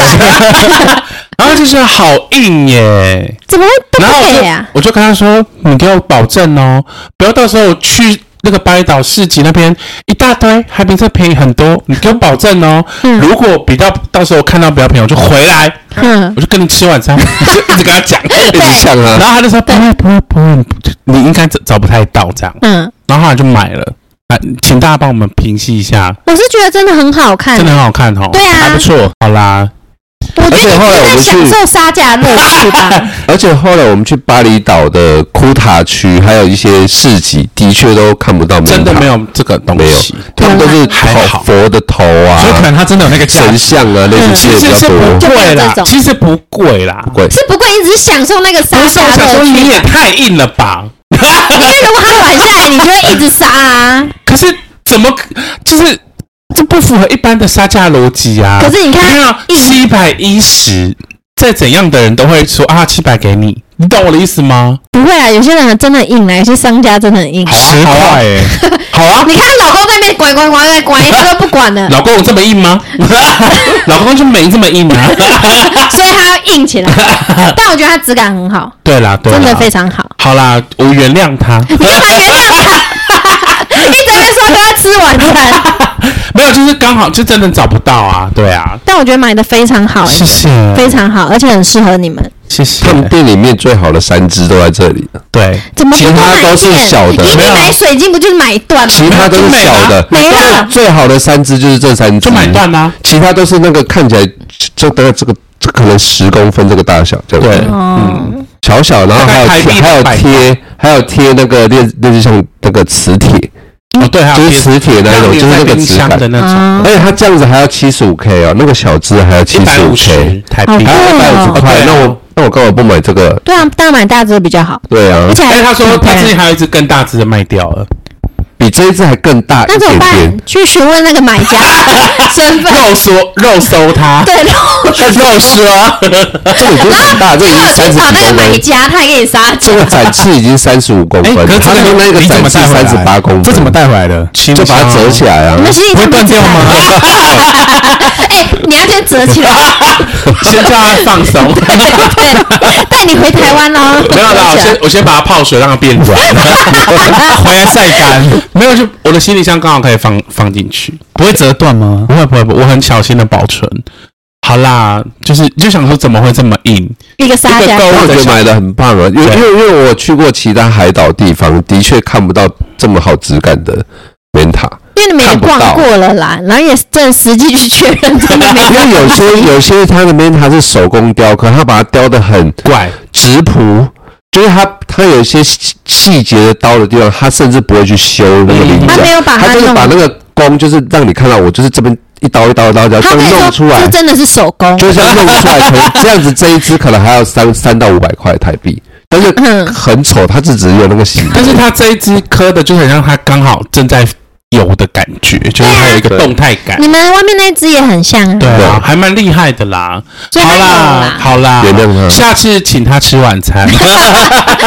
B: 然后就是好硬耶，
C: 怎么会都
B: 然后
C: 不
B: 我
C: 给啊
B: 就
C: 呀、
B: 我就跟他说，你给我保证哦，不要到时候去那个巴厘岛市集那边一大堆，还比这便宜很多，你给我保证哦。
C: 嗯
B: 如果比较到时候看到比较便宜，我就回来，
C: 嗯，
B: 我就跟你吃晚餐，我就一直跟
A: (laughs)
B: 他讲。
A: 一直呛
B: 然
A: 啊，
B: 后他就说不会不会不会，你应该找找不太到这样。
C: 嗯，
B: 然后后来就买了，啊，请大家帮我们平息一下，
C: 我是觉得真的很好看
B: 真，的很好看哦。
C: 对
D: 还
C: 啊
D: 不，错。
B: 好啦，
C: 我觉
A: 而
C: 得
A: 且后来我
C: 你
A: 们
C: 是在
A: 去
C: 享受杀价的乐
A: (laughs)
C: 趣吧。
A: 而且后来我们去巴厘岛的库塔区，还有一些市集，的确都看不到美
B: 真的
A: 塔
B: 没，有这个东
A: 没有
B: 西，
A: 他们都是
B: 还
A: 头
B: 好
A: 佛的头啊
D: 所以，可能他真的有那个价
A: 神
D: 值
A: 像啊，类似
B: 嗯其
A: 这些
B: 实
A: 比较
B: 是
A: 多。
B: 不贵啦
C: 就没有这种，
B: 其实不贵啦，
A: 贵，
C: 是不贵，你只是享受那个杀
B: 不是，我
C: 价
B: 想
C: 乐
B: 说你
C: 趣
B: 也
C: 吧。
B: 太硬了吧？
C: 因为如果他软下来，你就会一直杀啊。
B: 可是怎么可就是这不符合一般的杀价逻辑啊？
C: 可是你看硬
B: 七百一十，再怎样的人都会说啊，七百给你，你懂我的意思吗？
C: (laughs) 不会啊，有些人真的硬啊，有些商家真的 (laughs) 很硬。
B: 好啊
D: 十
B: 好啊
D: 块哎，
B: 好啊，
C: 你看她老公在那边拐拐拐拐拐，他都不管了，
B: 老公我这么硬
C: (laughs)
B: 吗？老公就没这么硬啊。
C: 所以他要硬起 (laughs) 来。但我觉得他质感很好，
B: 对啦，对啦，
C: 真的非常 (laughs) 好。
B: 好啦，我原谅他。
C: 你干嘛原谅他？一直会说他吃晚 (laughs) 餐，
B: 没有，就是刚好就真的找不到啊。对啊，
C: 但我觉得买的非常好、欸
B: 谢谢，
C: 非常好，而且很适合你们。
B: 谢谢
A: 他。们店里面最好的三只都在这
B: (laughs)
A: 里，
B: 对，
C: 怎么不多买
A: 其他
C: 一
A: 都
C: 点
A: 是小的
C: 你
A: 没
C: 你
A: 有
C: 买水晶不就是买一段吗？
B: 啊
A: 其他都是小的。
C: 没了
A: 最好的三只就是这三只，
B: 就买断啦、啊
A: 其他都是那个看起来就大概这个这可能十公分这个大小这样子，
B: 对
C: 哦，
A: 小小，然后还有
B: 大概台
A: 贴
B: 币
A: 还有
B: 100
A: 贴还有贴那个类类似像那个磁铁，
B: 哦，对，还
A: 就
B: 有
A: 是磁
B: 别
A: 铁那一种，就是那个
B: 冰
A: 质
B: 箱
A: 感
B: 的。那种，
C: 嗯啊
A: 而且它哎这样子还要七十五 K 哦，那个小只还要七
B: 一百
A: 十五
B: 五
A: K，
B: 十台
C: 好
B: 币。
A: 还要一百五
C: 哦
A: 十块
B: 对啊，
A: 那我那我干嘛不买这个？
C: 对啊，大买大只比较好，
A: 对啊
C: 而，且
B: 哎，
C: 还
B: 他说他之
C: 己
B: 前还有一只更大只的卖掉了，
A: 比这一只还更大一
C: 那怎么
A: 点点。
C: 办？去询问那个买家身份，
B: 肉搜肉搜他，
C: 对，然后
B: 肉搜
C: (laughs)
A: 这个已经很大，这个已经
C: 然
A: 三
C: 后去
A: 十
C: 找
A: 几
C: 啊那个
A: 公
C: 买
A: 分，
C: 家，他还给你杀价
A: 这。个展翅已经三十五公分
B: 哎可
A: 了，
B: 是
A: 他
B: 这个
A: 说那个
D: 你怎
A: 展
D: 么
A: 翅
D: 带回来
A: 三十八公分，
D: 这怎么带回来的？
B: 就
A: 就把它折起
B: 来，
A: 来啊
C: 你？们行李
D: 不会
C: 箱
D: 断掉吗？
C: 不是在吗？哎，你要先折起来，
B: 先叫他放松。
C: 对对，带你回台湾哦喽。
B: (laughs) 没有啦，我先我先把它泡水，让它变软，
D: 回来晒干，
B: 没有就我的行李箱刚好可以放放进去，
D: 不会折断吗？
B: 不会不会，不会我很小心的保存。好啦，就是就想说怎么会这么硬？
C: 一个杀价
B: 一个，购
A: 那我觉得买的很棒啊，因为因为因为我去过其他海岛地方，的确看不到这么好质感的棉塔，
C: 因为你们也
A: 看不到
C: 逛过了啦，然后也真的实际去确认，真的没
A: 因为有些有些它的棉塔是手工雕刻，它把它雕的很
B: 怪，
A: 直朴，就是它它有一些细细节的刀的地方，它甚至不会去修那个鳞
B: 嗯
A: 甲，
C: 它没有把它
A: 它就是
C: 弄
A: 把那个光就是让你看到我就是这边一刀一刀一刀一刀这
C: 他
A: 样
C: 可以
A: 弄出
C: 说
A: 来
C: 这，真的是手工，
A: 就像弄出来，可能这样子这一只可能还要三三到五百块台币，但是
C: 嗯
A: 很丑，它就只有那个形状
B: 但是它这一只磕的就是很像它刚好正在油的感觉，就是它有一个动态感。
C: 你们外面那只也很像啊，
B: 对
A: 对
B: 啊，还蛮厉害的啦。
C: 所以它
B: 好
C: 有
B: 啦，
C: 啦，
B: 好啦，
A: 原谅他
B: 下次请他吃晚 (laughs) 餐。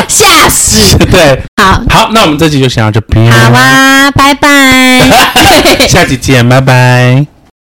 C: 吓死！
B: 对，
C: 好，
B: 好，啊那我们这集就先到这边。
C: 好，啊，拜拜。
B: 下集见，拜拜。